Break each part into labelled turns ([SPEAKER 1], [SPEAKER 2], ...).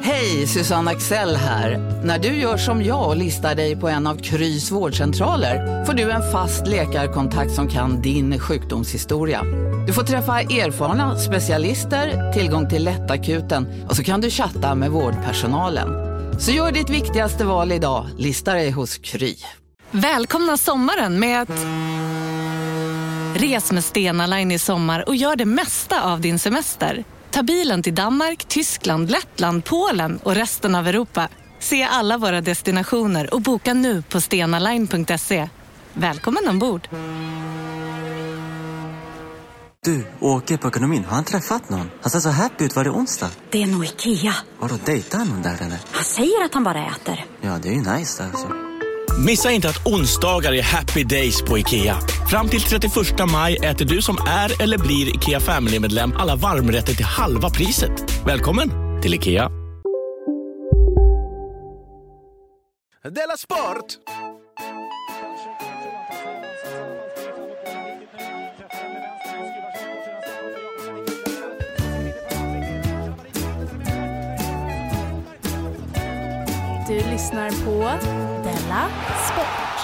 [SPEAKER 1] Hej, Susanne Axel här. När du gör som jag och listar dig på en av Krys vårdcentraler får du en fast läkarkontakt som kan din sjukdomshistoria. Du får träffa erfarna specialister, tillgång till lättakuten och så kan du chatta med vårdpersonalen. Så gör ditt viktigaste val idag, listar dig hos Kry.
[SPEAKER 2] Välkomna sommaren med att... Res med Stena Line i sommar och gör det mesta av din semester. Ta bilen till Danmark, Tyskland, Lettland, Polen och resten av Europa. Se alla våra destinationer och boka nu på stenaline.se. Välkommen ombord!
[SPEAKER 3] Du, åker på ekonomin. Har han träffat någon? Han ser så happy ut. Var det onsdag?
[SPEAKER 4] Det är nog Ikea.
[SPEAKER 3] Har du dejtar någon där eller?
[SPEAKER 4] Han säger att han bara äter.
[SPEAKER 3] Ja, det är ju nice där alltså.
[SPEAKER 5] Missa inte att onsdagar är happy days på IKEA. Fram till 31 maj äter du som är eller blir IKEA Family-medlem alla varmrätter till halva priset. Välkommen till IKEA.
[SPEAKER 6] Della Sport!
[SPEAKER 7] Du lyssnar på Della Sport.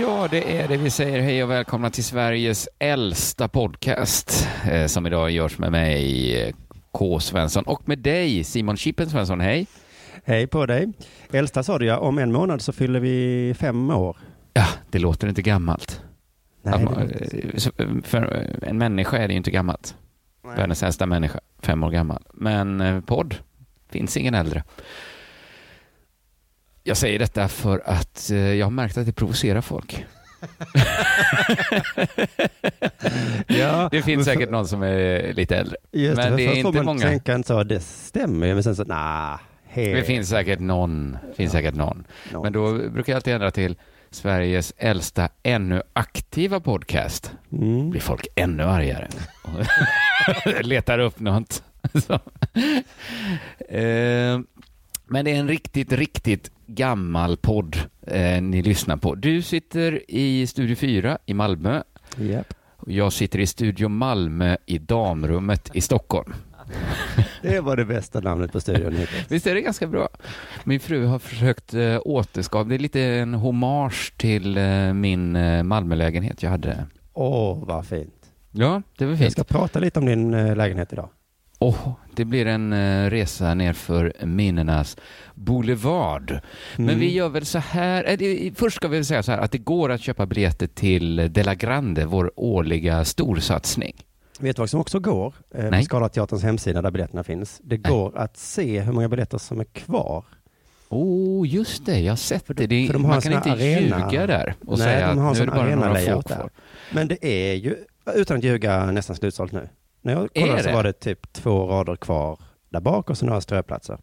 [SPEAKER 8] Ja, det är det. Vi säger hej och välkomna till Sveriges äldsta podcast eh, som idag görs med mig, eh, K. Svensson, och med dig, Simon Chippen Svensson. Hej!
[SPEAKER 9] Hej på dig. Äldsta sa du ja, om en månad så fyller vi fem år.
[SPEAKER 8] Ja, det låter inte gammalt.
[SPEAKER 9] Nej,
[SPEAKER 8] Att
[SPEAKER 9] det
[SPEAKER 8] man-
[SPEAKER 9] är inte.
[SPEAKER 8] eh, så- för eh, en människa är det ju inte gammalt. Världens äldsta människa, fem år gammal. Men eh, podd, finns ingen äldre. Jag säger detta för att eh, jag har märkt att det provocerar folk.
[SPEAKER 9] ja,
[SPEAKER 8] Det finns säkert någon som är lite äldre.
[SPEAKER 9] just
[SPEAKER 8] men
[SPEAKER 9] för
[SPEAKER 8] det är
[SPEAKER 9] först får
[SPEAKER 8] inte
[SPEAKER 9] man
[SPEAKER 8] många.
[SPEAKER 9] tänka en så, det stämmer ju, men sen så, nah, hej.
[SPEAKER 8] Det finns säkert någon. Finns säkert någon.
[SPEAKER 9] Någon.
[SPEAKER 8] Men då brukar jag alltid ändra till Sveriges äldsta ännu aktiva podcast.
[SPEAKER 9] Mm.
[SPEAKER 8] blir folk ännu argare. Och Letar upp något. Så. Eh, Men det är en riktigt, riktigt gammal podd eh, ni lyssnar på. Du sitter i Studio 4 i Malmö.
[SPEAKER 9] Japp.
[SPEAKER 8] Och Jag sitter i Studio Malmö i damrummet i Stockholm.
[SPEAKER 9] Det var det bästa namnet på studion hittills.
[SPEAKER 8] Visst är det ganska bra? Min fru har försökt eh, återskapa, det är lite en hommage till eh, min eh, Malmölägenhet jag hade.
[SPEAKER 9] Åh, vad fint.
[SPEAKER 8] Ja, det var
[SPEAKER 9] Jag
[SPEAKER 8] fint.
[SPEAKER 9] ska prata lite om din eh, lägenhet idag.
[SPEAKER 8] Åh, det blir en eh, resa nerför minnenas boulevard. Men
[SPEAKER 9] Mm.
[SPEAKER 8] vi gör väl så här, eh, det, först ska vi säga så här att det går att köpa biljetter till Della Grande, vår årliga storsatsning.
[SPEAKER 9] Vet du vad som också går? Eh,
[SPEAKER 8] Nej.
[SPEAKER 9] på Scalateaterns hemsida där biljetterna finns. Det
[SPEAKER 8] Nej.
[SPEAKER 9] går att se hur många biljetter som är kvar.
[SPEAKER 8] Oh, just det, jag har sett det. det är,
[SPEAKER 9] för de har
[SPEAKER 8] man
[SPEAKER 9] en
[SPEAKER 8] kan
[SPEAKER 9] sån
[SPEAKER 8] inte
[SPEAKER 9] här arena.
[SPEAKER 8] ljuga där och
[SPEAKER 9] Nej,
[SPEAKER 8] säga att
[SPEAKER 9] de har
[SPEAKER 8] nu
[SPEAKER 9] en
[SPEAKER 8] är
[SPEAKER 9] sån
[SPEAKER 8] det bara några få
[SPEAKER 9] arenalayout där.
[SPEAKER 8] kvar.
[SPEAKER 9] Men det är ju, utan att ljuga, nästan slutsålt nu. När jag kollade
[SPEAKER 8] Är
[SPEAKER 9] så
[SPEAKER 8] det?
[SPEAKER 9] var det typ två rader kvar där bak och så några ströplatser.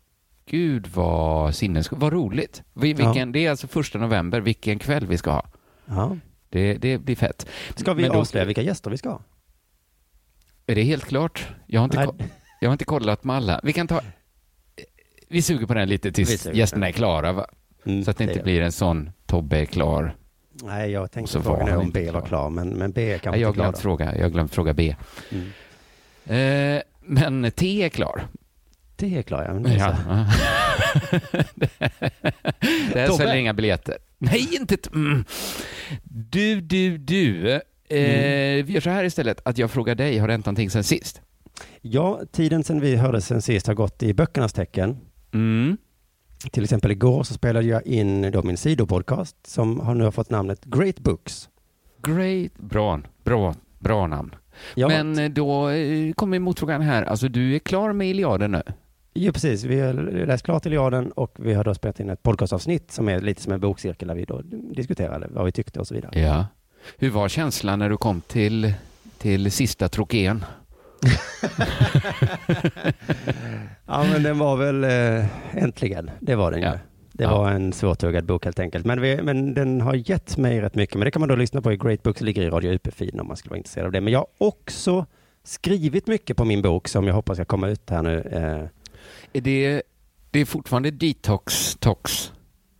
[SPEAKER 8] Gud vad sinnessjukt, vad roligt. Vi, vilken,
[SPEAKER 9] Ja.
[SPEAKER 8] Det är alltså första november, vilken kväll vi ska ha.
[SPEAKER 9] Ja.
[SPEAKER 8] Det, det blir fett.
[SPEAKER 9] Ska vi
[SPEAKER 8] Men då-
[SPEAKER 9] avslöja vilka gäster vi ska ha?
[SPEAKER 8] Är det helt klart? Jag har, inte
[SPEAKER 9] Nej.
[SPEAKER 8] ko- jag har inte kollat med alla. Vi kan ta... Vi suger på den lite
[SPEAKER 9] Vi
[SPEAKER 8] tills
[SPEAKER 9] suger på
[SPEAKER 8] gästerna
[SPEAKER 9] den.
[SPEAKER 8] är klara, va?
[SPEAKER 9] Mm,
[SPEAKER 8] Så att det inte
[SPEAKER 9] är-
[SPEAKER 8] blir en sån Tobbe är klar.
[SPEAKER 9] Nej, jag
[SPEAKER 8] Och
[SPEAKER 9] tänkte
[SPEAKER 8] så var
[SPEAKER 9] fråga
[SPEAKER 8] han
[SPEAKER 9] nu om
[SPEAKER 8] inte
[SPEAKER 9] B var
[SPEAKER 8] klar.
[SPEAKER 9] klar, men, men B är kanske
[SPEAKER 8] Nej, jag har
[SPEAKER 9] inte klar.
[SPEAKER 8] glömt
[SPEAKER 9] då.
[SPEAKER 8] fråga, jag har glömt fråga B.
[SPEAKER 9] Mm.
[SPEAKER 8] Eh, men T är klar.
[SPEAKER 9] Det är klar, ja. Men alltså, det är så.
[SPEAKER 8] Där
[SPEAKER 9] Tobbe?
[SPEAKER 8] säljer inga biljetter. Nej, inte... t- Mm. Du, du, du. Eh, Vi gör så här istället, att jag frågar dig, har det hänt någonting sen sist?
[SPEAKER 9] Ja, tiden sedan vi hördes sen sist har gått i böckernas tecken.
[SPEAKER 8] Mm.
[SPEAKER 9] Till exempel igår så spelade jag in då min sidopodcast som har nu har fått namnet Great Books.
[SPEAKER 8] Great. Bra, bra, bra namn.
[SPEAKER 9] Jag
[SPEAKER 8] Men eh, då eh, kommer motfrågan här. Alltså, du är klar med Iliaden nu?
[SPEAKER 9] Jo, precis. Vi har läst klart Iliaden och vi har då spelat in ett podcastavsnitt som är lite som en bokcirkel där vi då diskuterade vad vi tyckte och så vidare.
[SPEAKER 8] Ja. Hur var känslan när du kom till, till sista trokén?
[SPEAKER 9] Ja, men den var väl eh, äntligen. Det var den
[SPEAKER 8] Ja.
[SPEAKER 9] ju. Det
[SPEAKER 8] Ja.
[SPEAKER 9] var en svårtuggad bok helt enkelt. Men, vi, men den har gett mig rätt mycket. Men det kan man då lyssna på i Great Books, ligger i Radio UP-feeden om man skulle vara intresserad av det. Men jag har också skrivit mycket på min bok som jag hoppas ska komma ut här nu. Eh,
[SPEAKER 8] Är det, det är fortfarande detox, tox?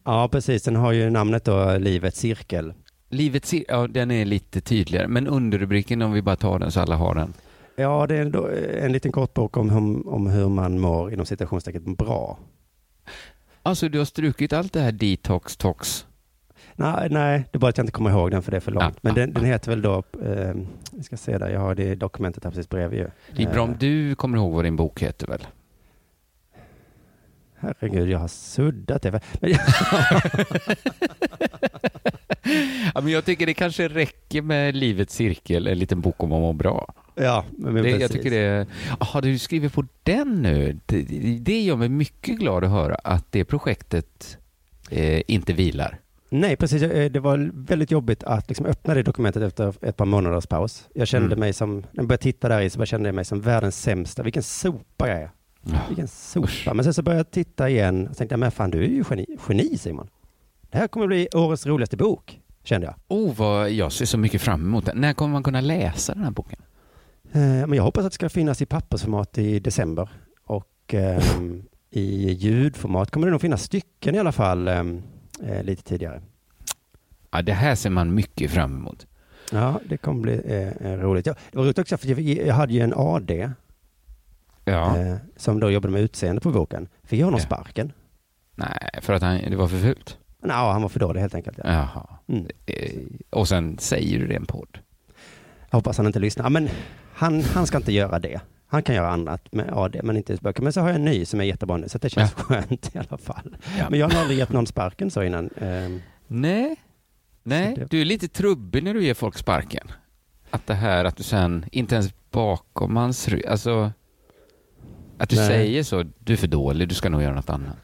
[SPEAKER 9] ja, precis. Den har ju namnet då Livets cirkel.
[SPEAKER 8] Livet ser, ja den är lite tydligare, men underrubriken om vi bara tar den så alla har den.
[SPEAKER 9] Eh, Ja, det är då eh, en liten kort bok om, hur- om hur man mår inom citationstecken bra.
[SPEAKER 8] Alltså du har strukit allt det här detox, tox.
[SPEAKER 9] Nej, nej, det är bara att jag inte kommer ihåg den för det är för långt.
[SPEAKER 8] Ah,
[SPEAKER 9] Men
[SPEAKER 8] ah,
[SPEAKER 9] den, den heter väl då, eh, vi ska se där, jag har det dokumentet här precis bredvid ju.
[SPEAKER 8] Det är bra om
[SPEAKER 9] Eh,
[SPEAKER 8] du kommer ihåg vad din bok heter väl?
[SPEAKER 9] Herregud, jag har suddat det. Men,
[SPEAKER 8] Ja, men jag tycker det kanske räcker med Livets cirkel, en liten bok om att må bra.
[SPEAKER 9] ja, men
[SPEAKER 8] Det, jag
[SPEAKER 9] precis.
[SPEAKER 8] tycker det Har du skrivit på den nu? Det, det gör mig mycket glad att höra att det projektet eh, inte vilar.
[SPEAKER 9] Nej, precis. Jag, eh, Det var väldigt jobbigt att liksom öppna det dokumentet efter ett par månaders paus. Jag kände
[SPEAKER 8] Mm.
[SPEAKER 9] mig som, när jag började titta där i så bara kände jag mig som världens sämsta. Vilken sopa jag är. Vilken sopa. Men sen så började jag titta igen och tänkte, men fan du är ju geni, geni Simon. Det här kommer bli årets roligaste bok, kände jag.
[SPEAKER 8] Oh, vad jag ser så mycket fram emot den. När kommer man kunna läsa den här boken?
[SPEAKER 9] Eh, Men jag hoppas att det ska finnas i pappersformat i december. Och ehm, i ljudformat kommer det nog finnas stycken i alla fall ehm, eh, lite tidigare.
[SPEAKER 8] Ja, det här ser man mycket fram emot.
[SPEAKER 9] Ja, det kommer bli eh, eh, roligt. Ja, det var roligt också, för jag, jag hade ju en AD
[SPEAKER 8] Ja.
[SPEAKER 9] eh, som då jobbade med utseende på boken. Fick jag honom
[SPEAKER 8] Ja.
[SPEAKER 9] sparken?
[SPEAKER 8] Nej, för att han, det var för fult.
[SPEAKER 9] Nej, han var för dålig helt enkelt. Ja.
[SPEAKER 8] Jaha.
[SPEAKER 9] Mm.
[SPEAKER 8] Eh, Och sen säger du det i en podd.
[SPEAKER 9] Jag hoppas han inte lyssnar. Ja, Men han, han ska inte göra det. Han kan göra annat med AD, men inte böcker. Men så har jag en ny som är jättebra nu, så det känns skönt i alla fall.
[SPEAKER 8] Ja.
[SPEAKER 9] Men jag har aldrig gett någon sparken så innan. ehm,
[SPEAKER 8] Nej. Nej,
[SPEAKER 9] Så det-
[SPEAKER 8] du är lite trubbig när du ger folk sparken. Att det här att du sen inte ens bakom hans rygg, alltså att du
[SPEAKER 9] Nej.
[SPEAKER 8] säger så, du är för dålig, du ska nog göra något annat.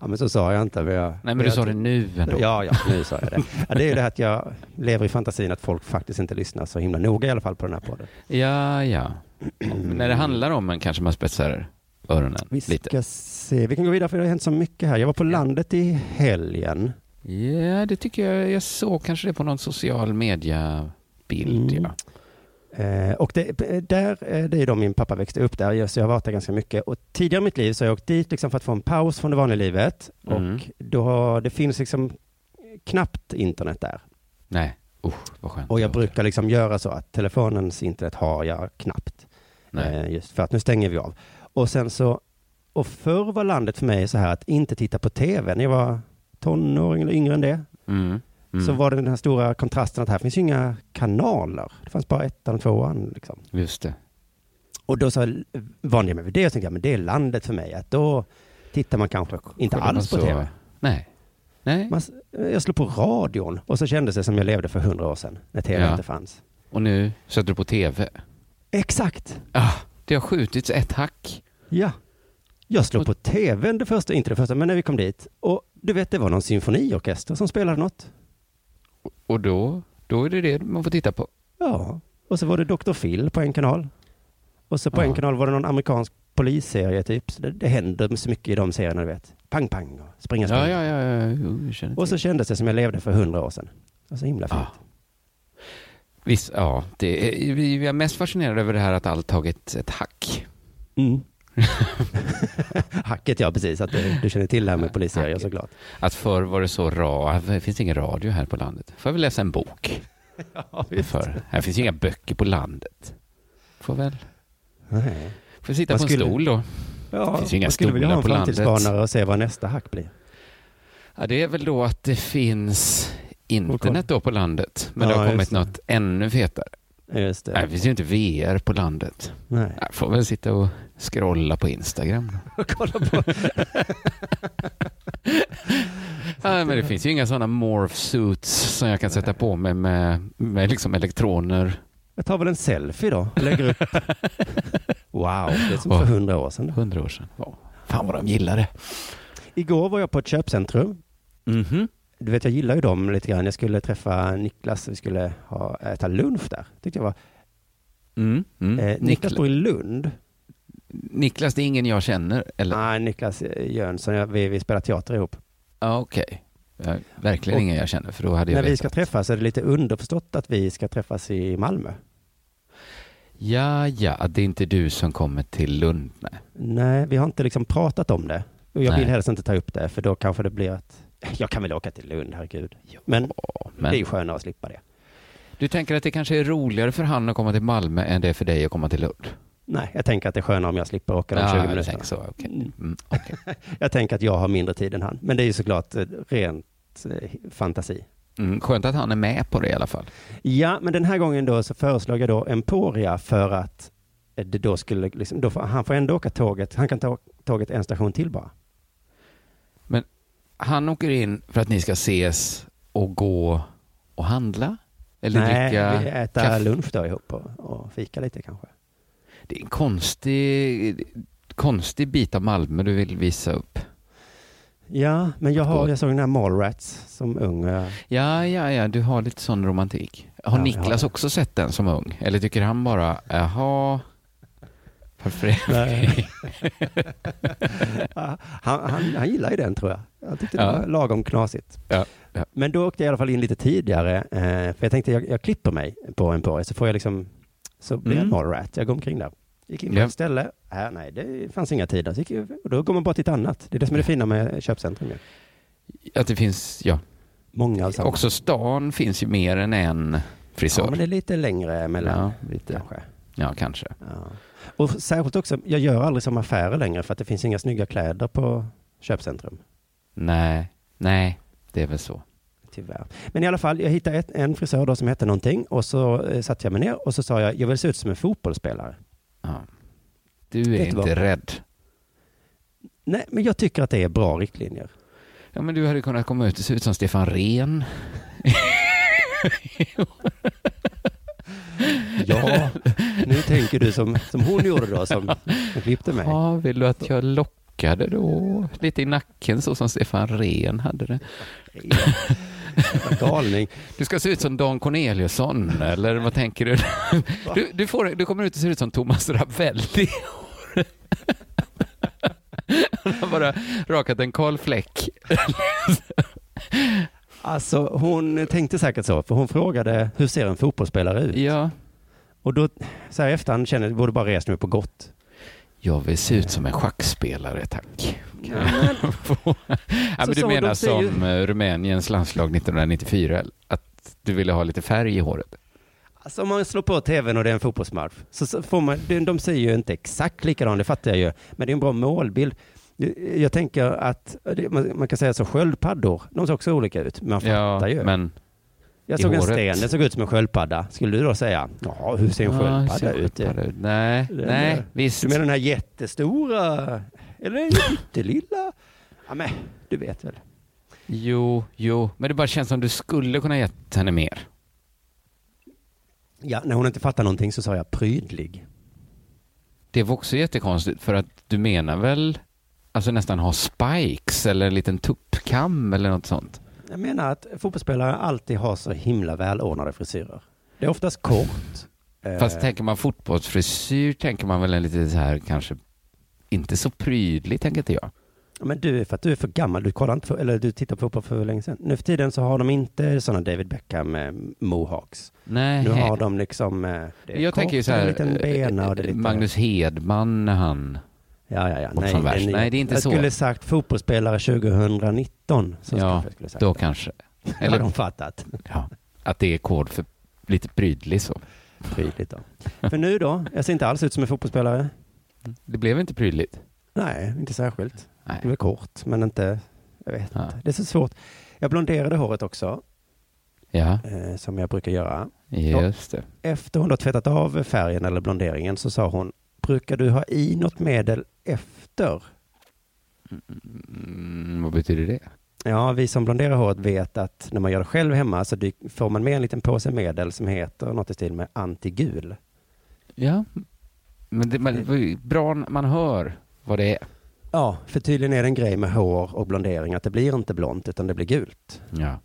[SPEAKER 9] Ja, men så sa jag inte. Men jag,
[SPEAKER 8] Nej, men
[SPEAKER 9] jag
[SPEAKER 8] du sa det nu ändå.
[SPEAKER 9] Ja, ja, nu sa jag det. Ja, det är ju det här att jag lever i fantasin att folk faktiskt inte lyssnar så himla noga i alla fall på den här podden.
[SPEAKER 8] Ja, ja. Men när det handlar om en kanske man spetsar öronen
[SPEAKER 9] Vi
[SPEAKER 8] lite.
[SPEAKER 9] ska se, vi kan gå vidare för det har hänt så mycket här. Jag var på landet i helgen.
[SPEAKER 8] Ja, det tycker jag. Jag såg kanske det på någon social media-bild.
[SPEAKER 9] Mm.
[SPEAKER 8] Ja.
[SPEAKER 9] Eh, och det, eh, där, eh, det är då min pappa växte upp där, ja, så jag har varit där ganska mycket. Och tidigare i mitt liv så har jag åkt dit liksom för att få en paus från det vanliga livet.
[SPEAKER 8] Mm.
[SPEAKER 9] Och då, har- det finns liksom knappt internet där.
[SPEAKER 8] Nej, usch vad skönt.
[SPEAKER 9] Och jag brukar liksom göra så att telefonens internet har jag knappt.
[SPEAKER 8] Nej.
[SPEAKER 9] Eh, Just för att nu stänger vi av. Och sen så, och förr var landet för mig så här att inte titta på tv. När jag var tonåring eller yngre än det,
[SPEAKER 8] Mm. Mm.
[SPEAKER 9] så var det den här stora kontrasten att här finns ju inga kanaler. Det fanns bara ettan och tvåan liksom.
[SPEAKER 8] Just det.
[SPEAKER 9] Och då så vande jag mig vid det och tänkte jag, men det är landet för mig. Att då tittar man kanske inte
[SPEAKER 8] Kollar man
[SPEAKER 9] alls på
[SPEAKER 8] så-
[SPEAKER 9] tv.
[SPEAKER 8] Nej. Nej.
[SPEAKER 9] Man, s- jag slog på radion och så kändes det som jag levde för hundra år sedan, när tv
[SPEAKER 8] Ja.
[SPEAKER 9] inte fanns.
[SPEAKER 8] Och nu sätter du på tv.
[SPEAKER 9] Exakt!
[SPEAKER 8] Ah, det har skjutits ett hack.
[SPEAKER 9] Ja. Jag slog på tvn det första, inte det första, men när vi kom dit. Och du vet, det var någon symfoniorkester som spelade något.
[SPEAKER 8] Och då, då är det det man får titta på.
[SPEAKER 9] Ja. Och så var det Dr. Phil på en kanal. Och så på
[SPEAKER 8] Ja.
[SPEAKER 9] en kanal var det någon amerikansk polisserie typ. Så det, det händer så mycket i de serierna, du vet. Pang, pang och springa, springa.
[SPEAKER 8] Ja, ja, ja. ja. Jo, jag känner
[SPEAKER 9] Och så
[SPEAKER 8] till.
[SPEAKER 9] kändes det som jag levde för hundra år sedan. Och så himla fint.
[SPEAKER 8] Ja. Visst, ja. Det är, vi vi är mest fascinerade över det här att allt tagit ett hack.
[SPEAKER 9] Mm. Hacket ja, precis. Att eh, du, du känner till det här med polisserier
[SPEAKER 8] Hacket.
[SPEAKER 9] såklart.
[SPEAKER 8] Att förr var det så ra... Det finns ingen radio här på landet. Får jag väl läsa en bok? Förr. Här finns ju inga böcker på landet. Får väl...
[SPEAKER 9] Nej.
[SPEAKER 8] Får sitta
[SPEAKER 9] Man
[SPEAKER 8] på en
[SPEAKER 9] skulle-
[SPEAKER 8] stol då.
[SPEAKER 9] Ja,
[SPEAKER 8] Det finns ju inga
[SPEAKER 9] man skulle vilja ha en
[SPEAKER 8] stolar på landet.
[SPEAKER 9] framtidsbanare och se vad nästa hack blir.
[SPEAKER 8] Ja, det är väl då att det finns internet då på landet. Men det
[SPEAKER 9] Ja,
[SPEAKER 8] har kommit
[SPEAKER 9] just det.
[SPEAKER 8] något ännu fetare.
[SPEAKER 9] Just det.
[SPEAKER 8] Nej, det finns ju inte VR på landet.
[SPEAKER 9] Nej.
[SPEAKER 8] Jag får väl sitta och scrolla på Instagram. Då. Nej, men det finns ju inga sådana morph suits som jag kan sätta på mig med, med liksom elektroner.
[SPEAKER 9] Jag tar väl en selfie då. Lägger upp. wow, det är som
[SPEAKER 8] Åh.
[SPEAKER 9] för hundra år sedan.
[SPEAKER 8] Hundra år sedan. Ja. Fan vad de gillar det.
[SPEAKER 9] Igår var jag på ett köpcentrum.
[SPEAKER 8] Mhm.
[SPEAKER 9] Du vet, jag gillar ju dem lite grann. Jag skulle träffa Niklas, vi skulle ha, äta lunch där. Tyckte jag var.
[SPEAKER 8] Mm. Mm.
[SPEAKER 9] Eh, Niklas
[SPEAKER 8] Niklas,
[SPEAKER 9] bor i Lund.
[SPEAKER 8] Niklas, det är ingen jag känner? Eller?
[SPEAKER 9] Nej, Niklas eh, Jönsson, jag- vi, vi spelar teater ihop.
[SPEAKER 8] Ja, okej. Ja, verkligen
[SPEAKER 9] Och-
[SPEAKER 8] ingen jag känner, för då hade jag
[SPEAKER 9] När vi
[SPEAKER 8] vetat.
[SPEAKER 9] ska träffas är det lite underförstått att vi ska träffas i Malmö.
[SPEAKER 8] Ja, ja, det är inte du som kommer till Lund. Nej.
[SPEAKER 9] Nej, vi har inte liksom pratat om det. Och jag vill
[SPEAKER 8] Nej.
[SPEAKER 9] helst inte ta upp det, för då kanske det blir att jag kan väl åka till Lund, herregud. Men,
[SPEAKER 8] Ja,
[SPEAKER 9] det är
[SPEAKER 8] men
[SPEAKER 9] ju skönare att slippa det.
[SPEAKER 8] Du tänker att det kanske är roligare för han att komma till Malmö än det är för dig att komma till Lund?
[SPEAKER 9] Nej, jag tänker att det är skönare om jag slipper åka de
[SPEAKER 8] Ja,
[SPEAKER 9] 20
[SPEAKER 8] jag
[SPEAKER 9] minuterna.
[SPEAKER 8] tänker så. okej. Mm.
[SPEAKER 9] Jag tänker att jag har mindre tid än han. Men det är ju såklart eh, rent eh, fantasi.
[SPEAKER 8] Mm. Skönt att han är med på det i alla fall.
[SPEAKER 9] Ja, men den här gången då så föreslog jag då Emporia för att eh, det då skulle liksom, då får, han får ändå åka tåget, han kan ta tåget en station till bara.
[SPEAKER 8] Men han åker in för att ni ska ses och gå och handla? Eller
[SPEAKER 9] Nej,
[SPEAKER 8] dricka
[SPEAKER 9] vi äta
[SPEAKER 8] kaffe?
[SPEAKER 9] lunch då ihop och, och fika lite kanske.
[SPEAKER 8] Det är en konstig, konstig bit av Malmö du vill visa upp.
[SPEAKER 9] Ja, men jag, har,
[SPEAKER 8] Skål.
[SPEAKER 9] jag såg den här Mallrats som ung. eh,
[SPEAKER 8] Ja, ja, ja, du har lite sån romantik. Har
[SPEAKER 9] Ja, jag
[SPEAKER 8] Niklas
[SPEAKER 9] har.
[SPEAKER 8] också sett den som ung? Eller tycker han bara, jaha, varför är
[SPEAKER 9] Nej. han, eh, han, han gillar ju den tror jag. Jag tyckte
[SPEAKER 8] Ja.
[SPEAKER 9] det var lagom knasigt.
[SPEAKER 8] Ja, ja.
[SPEAKER 9] Men då åkte jag i alla fall in lite tidigare, eh, för jag tänkte jag, jag klipper mig på en porr, så får jag liksom, så blir jag
[SPEAKER 8] Mm.
[SPEAKER 9] morrat. Jag går omkring där. Gick in på
[SPEAKER 8] Ja.
[SPEAKER 9] ett ställe, här, nej det fanns inga tider, så gick, jag- och då går man bara till ett annat. Det är det som är det fina med köpcentrum ju.
[SPEAKER 8] Att det finns, ja.
[SPEAKER 9] Många av samma.
[SPEAKER 8] Också stan finns ju mer än en frisör.
[SPEAKER 9] Ja, men det är lite längre mellan.
[SPEAKER 8] Ja, lite.
[SPEAKER 9] Kanske.
[SPEAKER 8] Ja, kanske.
[SPEAKER 9] Ja. Och särskilt också, jag gör aldrig som affärer längre för att det finns inga snygga kläder på köpcentrum.
[SPEAKER 8] Nej, nej, det är väl så.
[SPEAKER 9] Tyvärr. Men i alla fall, jag hittade ett, en frisör då som hette någonting och så eh, satte jag mig ner och så sa jag, jag vill se ut som en fotbollsspelare.
[SPEAKER 8] Ja. Du är
[SPEAKER 9] Vet du
[SPEAKER 8] inte
[SPEAKER 9] vad?
[SPEAKER 8] rädd.
[SPEAKER 9] Nej, men jag tycker att det är bra riktlinjer.
[SPEAKER 8] Ja, men du hade kunnat komma ut och se ut som Stefan Rehn.
[SPEAKER 9] Ja, nu tänker du som, som hon gjorde då, som som klippte mig.
[SPEAKER 8] Ja, vill du att jag lockade då? Lite i nacken så som Stefan Rehn hade det.
[SPEAKER 9] Jävla Galning.
[SPEAKER 8] Du ska se ut som Dan Corneliusson, eller vad tänker du? Du, du, får, du kommer ut och ser ut som Thomas Ravelli. Han har bara rakat en kal fläck.
[SPEAKER 9] Alltså, hon tänkte säkert så, för hon frågade, hur ser en fotbollsspelare ut?
[SPEAKER 8] Ja, och då...
[SPEAKER 9] Så här i efterhand känner jag, det borde bara resa mig upp och gått.
[SPEAKER 8] Jag vill se ut som en schackspelare, tack. ja,
[SPEAKER 9] Så
[SPEAKER 8] men du
[SPEAKER 9] sa
[SPEAKER 8] menar
[SPEAKER 9] de ser ju-
[SPEAKER 8] som eh, Rumäniens landslag 1994, att du ville ha lite färg i håret?
[SPEAKER 9] Alltså om man slår på tvn och det är en fotbollsmatch, så så får man, de, de ser ju inte exakt likadana, det fattar jag ju, men det är en bra målbild. Jag tänker att, det- man, man kan säga så, sköldpaddor, de ser också olika ut, men man fattar ju.
[SPEAKER 8] men
[SPEAKER 9] jag
[SPEAKER 8] i
[SPEAKER 9] såg en
[SPEAKER 8] håret.
[SPEAKER 9] sten, den såg ut som en sköldpadda. Skulle du då säga, ja, hur ser en
[SPEAKER 8] Ja,
[SPEAKER 9] sköldpadda
[SPEAKER 8] ser
[SPEAKER 9] ut?
[SPEAKER 8] sköldpadda ut. Nej,
[SPEAKER 9] Det-
[SPEAKER 8] nej,
[SPEAKER 9] det-
[SPEAKER 8] visst.
[SPEAKER 9] Du menar den här jättestora, eller den pyttelilla? Ja, men du vet väl.
[SPEAKER 8] Jo, jo, men det bara känns som du skulle kunna gett henne mer.
[SPEAKER 9] Ja, när hon inte fattar någonting så sa jag prydlig.
[SPEAKER 8] Det var också jättekonstigt för att du menar väl alltså nästan ha spikes eller en liten tuppkam eller något sånt?
[SPEAKER 9] Jag menar att fotbollsspelare alltid har så himla välordnade frisyrer. Det är oftast kort. Eh,
[SPEAKER 8] Fast tänker man fotbollsfrisyr tänker man väl en lite så här kanske inte så prydlig tänker inte jag.
[SPEAKER 9] Eh, Men du, är för att du är för gammal, du kollar inte, för, eller du tittar på fotboll för länge sedan. Nu för tiden så har de inte sådana David Beckham eh, mohawks.
[SPEAKER 8] Nej.
[SPEAKER 9] Nu har de liksom, eh, det är
[SPEAKER 8] jag
[SPEAKER 9] kort,
[SPEAKER 8] tänker ju så
[SPEAKER 9] det är
[SPEAKER 8] här,
[SPEAKER 9] en liten bena och det är
[SPEAKER 8] eh,
[SPEAKER 9] lite...
[SPEAKER 8] Magnus Hedman när han,
[SPEAKER 9] Ja, ja, ja.
[SPEAKER 8] Bort som värst.
[SPEAKER 9] är-
[SPEAKER 8] Nej, det är inte
[SPEAKER 9] jag
[SPEAKER 8] så.
[SPEAKER 9] skulle sagt fotbollsspelare 2019. Så skulle
[SPEAKER 8] ja,
[SPEAKER 9] jag skulle sagt.
[SPEAKER 8] då
[SPEAKER 9] det.
[SPEAKER 8] kanske.
[SPEAKER 9] Då har
[SPEAKER 8] Eller
[SPEAKER 9] de fattat.
[SPEAKER 8] ja, att det är kod för lite prydlig så.
[SPEAKER 9] Tydligt då. För nu då, jag ser inte alls ut som en fotbollsspelare.
[SPEAKER 8] Det blev inte prydligt.
[SPEAKER 9] Nej, inte särskilt.
[SPEAKER 8] Nej.
[SPEAKER 9] Det är kort, men inte, jag vet
[SPEAKER 8] Ja.
[SPEAKER 9] inte. Det är så svårt. Jag blonderade håret också,
[SPEAKER 8] Ja,
[SPEAKER 9] eh, som jag brukar göra.
[SPEAKER 8] just det.
[SPEAKER 9] Efter hon då tvättat av färgen eller blonderingen så sa hon, brukar du ha i något medel efter?
[SPEAKER 8] Mm, vad betyder det?
[SPEAKER 9] Ja, vi som blonderar håret vet att när man gör det själv hemma så dyk- får man med en liten påse medel som heter något i stil med antigul.
[SPEAKER 8] Ja, men det, men, det var ju bra när man hör vad det är.
[SPEAKER 9] Ja, för tydligen är det en grej med hår och blondering att det blir inte blont utan det blir gult.
[SPEAKER 8] Ja.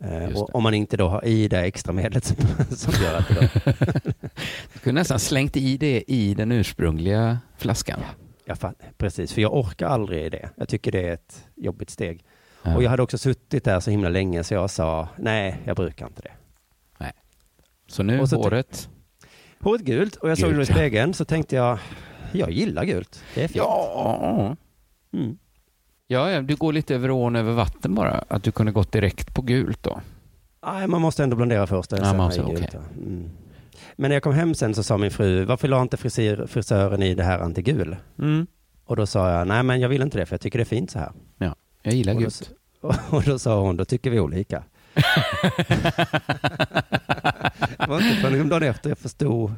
[SPEAKER 8] Just
[SPEAKER 9] Eh,
[SPEAKER 8] det.
[SPEAKER 9] och om man inte då har i det extra medlet som, som gör att det då...
[SPEAKER 8] Du kunde nästan slängt i det i den ursprungliga flaskan.
[SPEAKER 9] Jag fatt, precis, för jag orkar aldrig det. Jag tycker det är ett jobbigt steg.
[SPEAKER 8] Ja.
[SPEAKER 9] Och jag hade också suttit där så himla länge så jag sa nej, jag brukar inte det.
[SPEAKER 8] Så nu
[SPEAKER 9] Och så-
[SPEAKER 8] håret.
[SPEAKER 9] Håret gult och jag såg
[SPEAKER 8] Gult,
[SPEAKER 9] det i
[SPEAKER 8] ja.
[SPEAKER 9] spegeln så tänkte jag, jag gillar gult. Det är fint.
[SPEAKER 8] Ja.
[SPEAKER 9] Mm.
[SPEAKER 8] Ja, ja, du går lite över ån över vatten bara. Att du kunde gått direkt på gult då.
[SPEAKER 9] Nej, man måste ändå blondera först.
[SPEAKER 8] Ja,
[SPEAKER 9] Så här
[SPEAKER 8] man måste,
[SPEAKER 9] är det ju
[SPEAKER 8] okej.
[SPEAKER 9] inte. mm. Men när jag kom hem sen så sa min fru, varför la inte frisyr, frisören i det här antigul?
[SPEAKER 8] Mm.
[SPEAKER 9] Och då sa jag, nej men jag vill inte det för jag tycker det är fint så här.
[SPEAKER 8] Ja, jag gillar
[SPEAKER 9] Och då,
[SPEAKER 8] gult.
[SPEAKER 9] och då sa hon, då tycker vi olika. det var inte förrän dagen efter jag förstod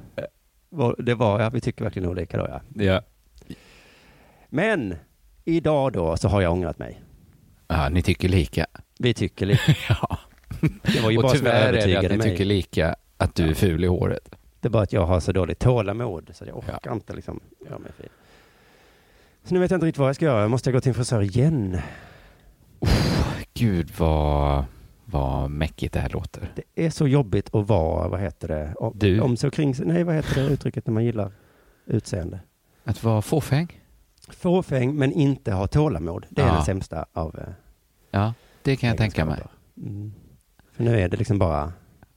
[SPEAKER 9] vad det var, ja, vi tycker verkligen olika då ja.
[SPEAKER 8] Ja.
[SPEAKER 9] Men idag då så har jag ångrat mig.
[SPEAKER 8] ja, ni tycker lika.
[SPEAKER 9] Vi tycker lika.
[SPEAKER 8] Ja.
[SPEAKER 9] Det var ju bara
[SPEAKER 8] Och
[SPEAKER 9] som jag
[SPEAKER 8] tyvärr är det att
[SPEAKER 9] övertygade
[SPEAKER 8] ni
[SPEAKER 9] mig.
[SPEAKER 8] tycker lika att du är ful i håret.
[SPEAKER 9] Det är bara att jag har så dåligt tålamod så jag orkar
[SPEAKER 8] Ja.
[SPEAKER 9] inte liksom göra mig fin. Så nu vet jag inte riktigt vad jag ska göra. Jag måste gå till en frisör igen.
[SPEAKER 8] Gud vad, vad mäckigt det här låter.
[SPEAKER 9] Det är så jobbigt att vara, vad heter det? Om,
[SPEAKER 8] Du.
[SPEAKER 9] Om så kring, nej, vad heter det uttrycket när man gillar utseende?
[SPEAKER 8] Att vara fåfäng.
[SPEAKER 9] Fåfäng men inte ha tålamod. Det är
[SPEAKER 8] Ja.
[SPEAKER 9] den sämsta av eh,
[SPEAKER 8] Ja, det kan jag tänka mig.
[SPEAKER 9] egenskaper. Mm. För nu är det liksom bara
[SPEAKER 8] tror-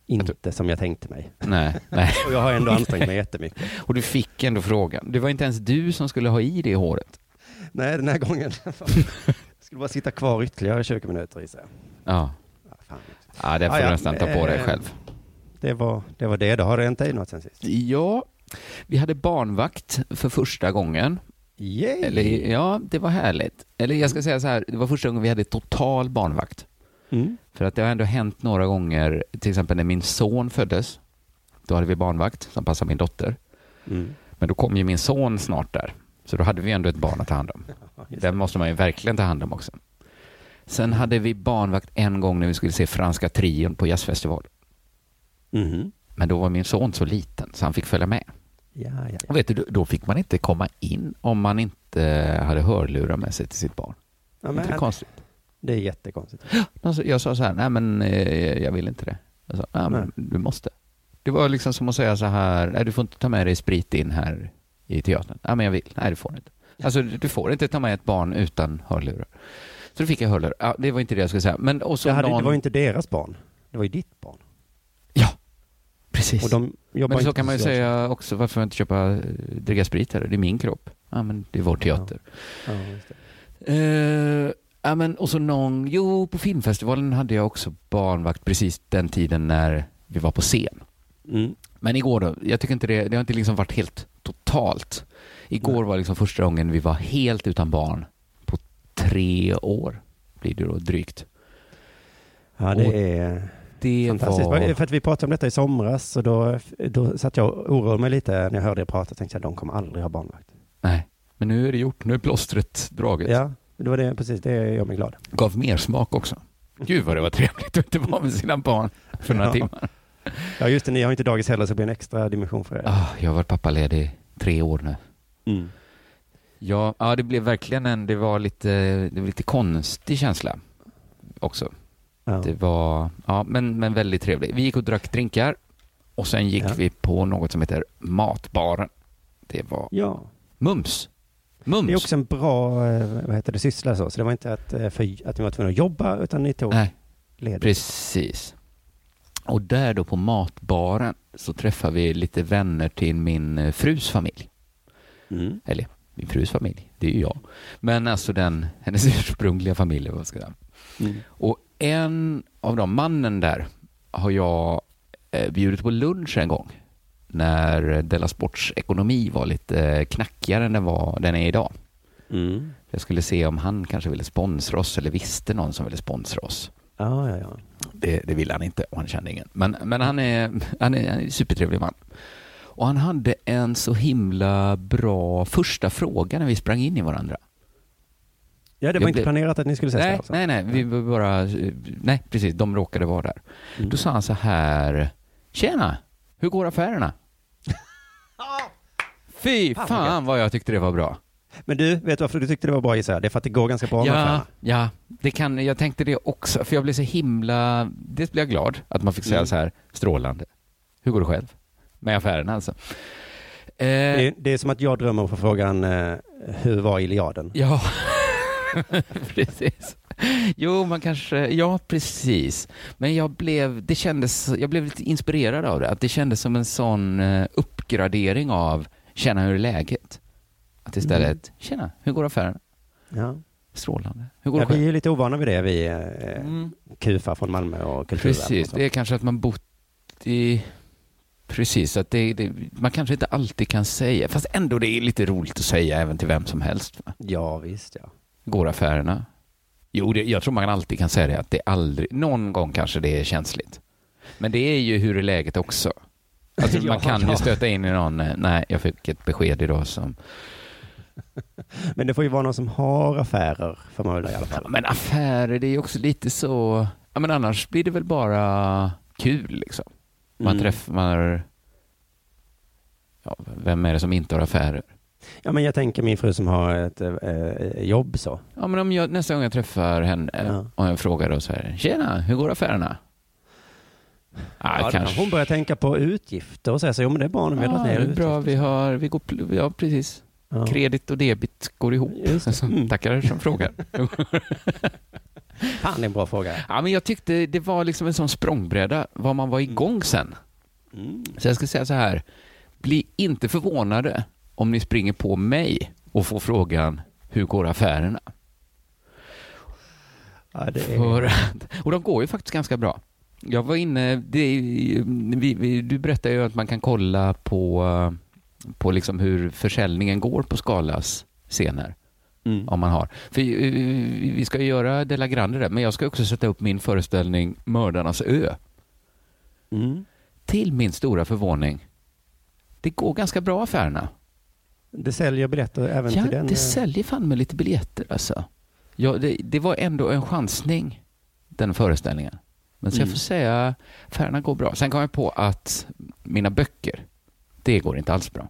[SPEAKER 9] inte som jag tänkte mig.
[SPEAKER 8] Nej, nej.
[SPEAKER 9] Och jag har ändå ansträngt mig jättemycket.
[SPEAKER 8] Och du fick ändå frågan. Det var inte ens du som skulle ha i det i håret.
[SPEAKER 9] Nej, den här gången. jag skulle bara sitta kvar ytterligare 20 minuter gissar jag.
[SPEAKER 8] Ja,
[SPEAKER 9] Ah, fan.
[SPEAKER 8] ja det får
[SPEAKER 9] Ja,
[SPEAKER 8] du
[SPEAKER 9] ja,
[SPEAKER 8] nästan ta på dig
[SPEAKER 9] eh,
[SPEAKER 8] själv.
[SPEAKER 9] Det var, det var det. Då har det hänt dig något sen sist.
[SPEAKER 8] Ja, vi hade barnvakt för första gången.
[SPEAKER 9] Yay!
[SPEAKER 8] Eller, ja, det var härligt. Eller jag ska säga så här, det var första gången vi hade total barnvakt.
[SPEAKER 9] Mm.
[SPEAKER 8] För att det har ändå hänt några gånger, till exempel när min son föddes. Då hade vi barnvakt som passade min dotter.
[SPEAKER 9] Mm.
[SPEAKER 8] Men då kom ju min son snart där. Så då hade vi ändå ett barn att ta hand om.
[SPEAKER 9] Ja, just det.
[SPEAKER 8] Den måste man ju verkligen ta hand om också. Sen hade vi barnvakt en gång när vi skulle se Franska trion på jazzfestival.
[SPEAKER 9] Mhm.
[SPEAKER 8] Men då var min son så liten så han fick följa med.
[SPEAKER 9] Ja, ja, ja.
[SPEAKER 8] Och vet du, då- då fick man inte komma in om man inte hade hörlurar med sig till sitt barn.
[SPEAKER 9] ja
[SPEAKER 8] det är
[SPEAKER 9] men,
[SPEAKER 8] konstigt.
[SPEAKER 9] det är jättekonstigt.
[SPEAKER 8] De sa- Jag sa så här, nej men eh, jag vill inte det. Jag sa, nej men du måste. Det var liksom som att säga så här, nej du får inte ta med dig sprit in här i teatern. Nej men jag vill, nej du får inte. Alltså du du får inte ta med ett barn utan hörlurar. Så då fick jag hörlurar. Ja, det var inte det jag skulle säga. Men och så
[SPEAKER 9] Det, hade,
[SPEAKER 8] någon...
[SPEAKER 9] det var ju inte deras barn. Det var ju ditt barn.
[SPEAKER 8] Ja, precis.
[SPEAKER 9] Och de jobbar
[SPEAKER 8] men så
[SPEAKER 9] inte
[SPEAKER 8] kan man ju
[SPEAKER 9] socialt.
[SPEAKER 8] säga också, varför får jag inte köpa, eh, dricka sprit här? Det är min kropp. Ja men det är vår teater.
[SPEAKER 9] Ja, just det.
[SPEAKER 8] Eh, ja, men, och så någon, jo, på filmfestivalen hade jag också barnvakt precis den tiden när vi var på scen.
[SPEAKER 9] Mm.
[SPEAKER 8] Men igår då, jag tycker inte det, det har inte liksom varit helt totalt. Igår var liksom första gången vi var helt utan barn på tre år, blir det då drygt.
[SPEAKER 9] Ja,
[SPEAKER 8] Och
[SPEAKER 9] det är
[SPEAKER 8] Det
[SPEAKER 9] fantastiskt.
[SPEAKER 8] var...
[SPEAKER 9] För att vi pratade om detta i somras och då, då satt jag och oroade mig lite när jag hörde er prata. Tänkte jag, de kommer aldrig ha barnvakt.
[SPEAKER 8] Nej, men nu är det gjort, nu är plåstret draget.
[SPEAKER 9] Ja, det var det, precis det gör mig glad.
[SPEAKER 8] Gav mer smak också. Gud vad det var trevligt att inte vara med sina barn för några
[SPEAKER 9] Ja.
[SPEAKER 8] timmar.
[SPEAKER 9] Ja, just det, ni har inte dagis heller så det blir en extra dimension för er.
[SPEAKER 8] Ah, jag har varit pappaledig tre år nu.
[SPEAKER 9] Mm.
[SPEAKER 8] Ja, ja det blev verkligen en, det var lite, det var lite konstig känsla också.
[SPEAKER 9] Ja.
[SPEAKER 8] Det var, ja men, men väldigt trevligt. Vi gick och drack drinkar och sen gick
[SPEAKER 9] Ja.
[SPEAKER 8] vi på något som heter Matbaren. Det var
[SPEAKER 9] ja.
[SPEAKER 8] mums.
[SPEAKER 9] Det är
[SPEAKER 8] Mums.
[SPEAKER 9] också en bra, eh, vad heter det, syssla så. Så det var inte att, eh, för, att ni var tvungna att jobba, utan ni tog
[SPEAKER 8] Nej,
[SPEAKER 9] ledigt.
[SPEAKER 8] precis. Och där då på Matbaren så träffade vi lite vänner till min eh, frus familj.
[SPEAKER 9] Mm.
[SPEAKER 8] Eller min frus familj, det är ju jag. Men alltså den, hennes ursprungliga familj, eller vad ska jag säga.
[SPEAKER 9] Mm.
[SPEAKER 8] Och en av de mannen där har jag eh, bjudit på lunch en gång när Della Sports ekonomi var lite eh, knackigare än den, var, den är idag.
[SPEAKER 9] Mm.
[SPEAKER 8] Jag skulle se om han kanske ville sponsra oss eller visste någon som ville sponsra oss.
[SPEAKER 9] Ja, ja, ja.
[SPEAKER 8] Det, det ville han inte och han kände ingen. Men, men han, är, han, är, han är en supertrevlig man. Och han hade en så himla bra första fråga när vi sprang in i varandra.
[SPEAKER 9] Ja, det var
[SPEAKER 8] Jag
[SPEAKER 9] inte
[SPEAKER 8] blev-
[SPEAKER 9] planerat att ni skulle ses där
[SPEAKER 8] Nej,
[SPEAKER 9] alltså?
[SPEAKER 8] nej, nej, vi var bara, nej, precis, de råkade vara där. Då sa han så här, tjena, hur går affärerna? Fy fan, vad jag tyckte det var bra.
[SPEAKER 9] Mm. Men du, vet du varför du tyckte det var bra gissar jag? Det är för att det går ganska bra med
[SPEAKER 8] Ja,
[SPEAKER 9] affärerna.
[SPEAKER 8] ja, det kan, jag tänkte det också, för jag blev så himla, det blev jag glad att man fick säga så här, strålande. Hur går det själv? Med affärerna alltså. Eh,
[SPEAKER 9] Det är, det är som att jag drömmer om att få frågan, eh, hur var Iliaden?
[SPEAKER 8] Ja, precis. Jo, man kanske, ja precis. Men jag blev, det kändes, jag blev lite inspirerad av det. Att det kändes som en sån eh, uppgradering
[SPEAKER 9] Mm.
[SPEAKER 8] av känna hur är läget? Att istället, tjena, hur går affären?
[SPEAKER 9] Ja.
[SPEAKER 8] Strålande. Hur går
[SPEAKER 9] Ja,
[SPEAKER 8] det
[SPEAKER 9] vi
[SPEAKER 8] själv? Mm.
[SPEAKER 9] är lite ovana vid det, alltså. vi eh, kufar från Malmö och kulturen.
[SPEAKER 8] Precis,
[SPEAKER 9] och så.
[SPEAKER 8] det är kanske att man bott i... Precis, att det, det, man kanske inte alltid kan säga, fast ändå det är lite roligt att säga även till vem som helst. va?
[SPEAKER 9] Ja, visst ja.
[SPEAKER 8] Går affärerna? Jo, det, jag tror man alltid kan säga det, att det aldrig, någon gång kanske det är känsligt. Men det är ju hur är läget också. Alltså,
[SPEAKER 9] Ja,
[SPEAKER 8] man kan
[SPEAKER 9] ja.
[SPEAKER 8] ju stöta in i någon, eh, nej, jag fick ett besked idag som...
[SPEAKER 9] Men det får ju vara någon som har affärer, får man väl i alla
[SPEAKER 8] Ja,
[SPEAKER 9] fall.
[SPEAKER 8] men affärer, det är ju också lite så... Ja, men annars blir det väl bara kul liksom. Man
[SPEAKER 9] Mm.
[SPEAKER 8] träffar... Ja, vem är det som inte har affärer?
[SPEAKER 9] Ja, men jag tänker min fru som har ett eh, eh, jobb så.
[SPEAKER 8] Ja, men om jag, nästa gång jag träffar henne
[SPEAKER 9] Ja.
[SPEAKER 8] och jag frågar då så här, tjena, hur går affärerna? Ah,
[SPEAKER 9] ja, då kan
[SPEAKER 8] kanske.
[SPEAKER 9] hon börjar tänka på utgifter och säga så, jo men det är bra nu, vi har
[SPEAKER 8] ah,
[SPEAKER 9] dragit
[SPEAKER 8] det
[SPEAKER 9] ner
[SPEAKER 8] är bra, vi
[SPEAKER 9] utgifter.
[SPEAKER 8] har, vi går, pl- ja precis.
[SPEAKER 9] Ja.
[SPEAKER 8] Kredit och debit går ihop.
[SPEAKER 9] Just det.
[SPEAKER 8] Så
[SPEAKER 9] Mm.
[SPEAKER 8] Tackar som frågar.
[SPEAKER 9] Fan, det är en bra fråga.
[SPEAKER 8] ja, men jag tyckte det var liksom en sån språngbräda, vad man var igång sen.
[SPEAKER 9] Mm.
[SPEAKER 8] Så jag ska säga så här, bli inte förvånade om ni springer på mig och får frågan, hur går affärerna?
[SPEAKER 9] Ja, det är...
[SPEAKER 8] För att, och de går ju faktiskt ganska bra. Jag var inne, det, är ju- vi, vi, du berättade ju att man kan kolla på, eh, på liksom hur försäljningen går på Skalas scener.
[SPEAKER 9] Mm.
[SPEAKER 8] Om man har. För, eh, vi ska ju göra Della Grande där, men jag ska också sätta upp min föreställning Mördarnas ö.
[SPEAKER 9] Mm.
[SPEAKER 8] Till min stora förvåning. Det går ganska bra affärerna.
[SPEAKER 9] Det säljer biljetter även
[SPEAKER 8] Ja,
[SPEAKER 9] till den.
[SPEAKER 8] det
[SPEAKER 9] eh,
[SPEAKER 8] säljer fan med lite biljetter alltså. Ja, det, det var ändå en chansning, den föreställningen. Men så jag
[SPEAKER 9] Mm.
[SPEAKER 8] får säga, affärerna går bra. Sen kom jag på att mina böcker, det går inte alls bra.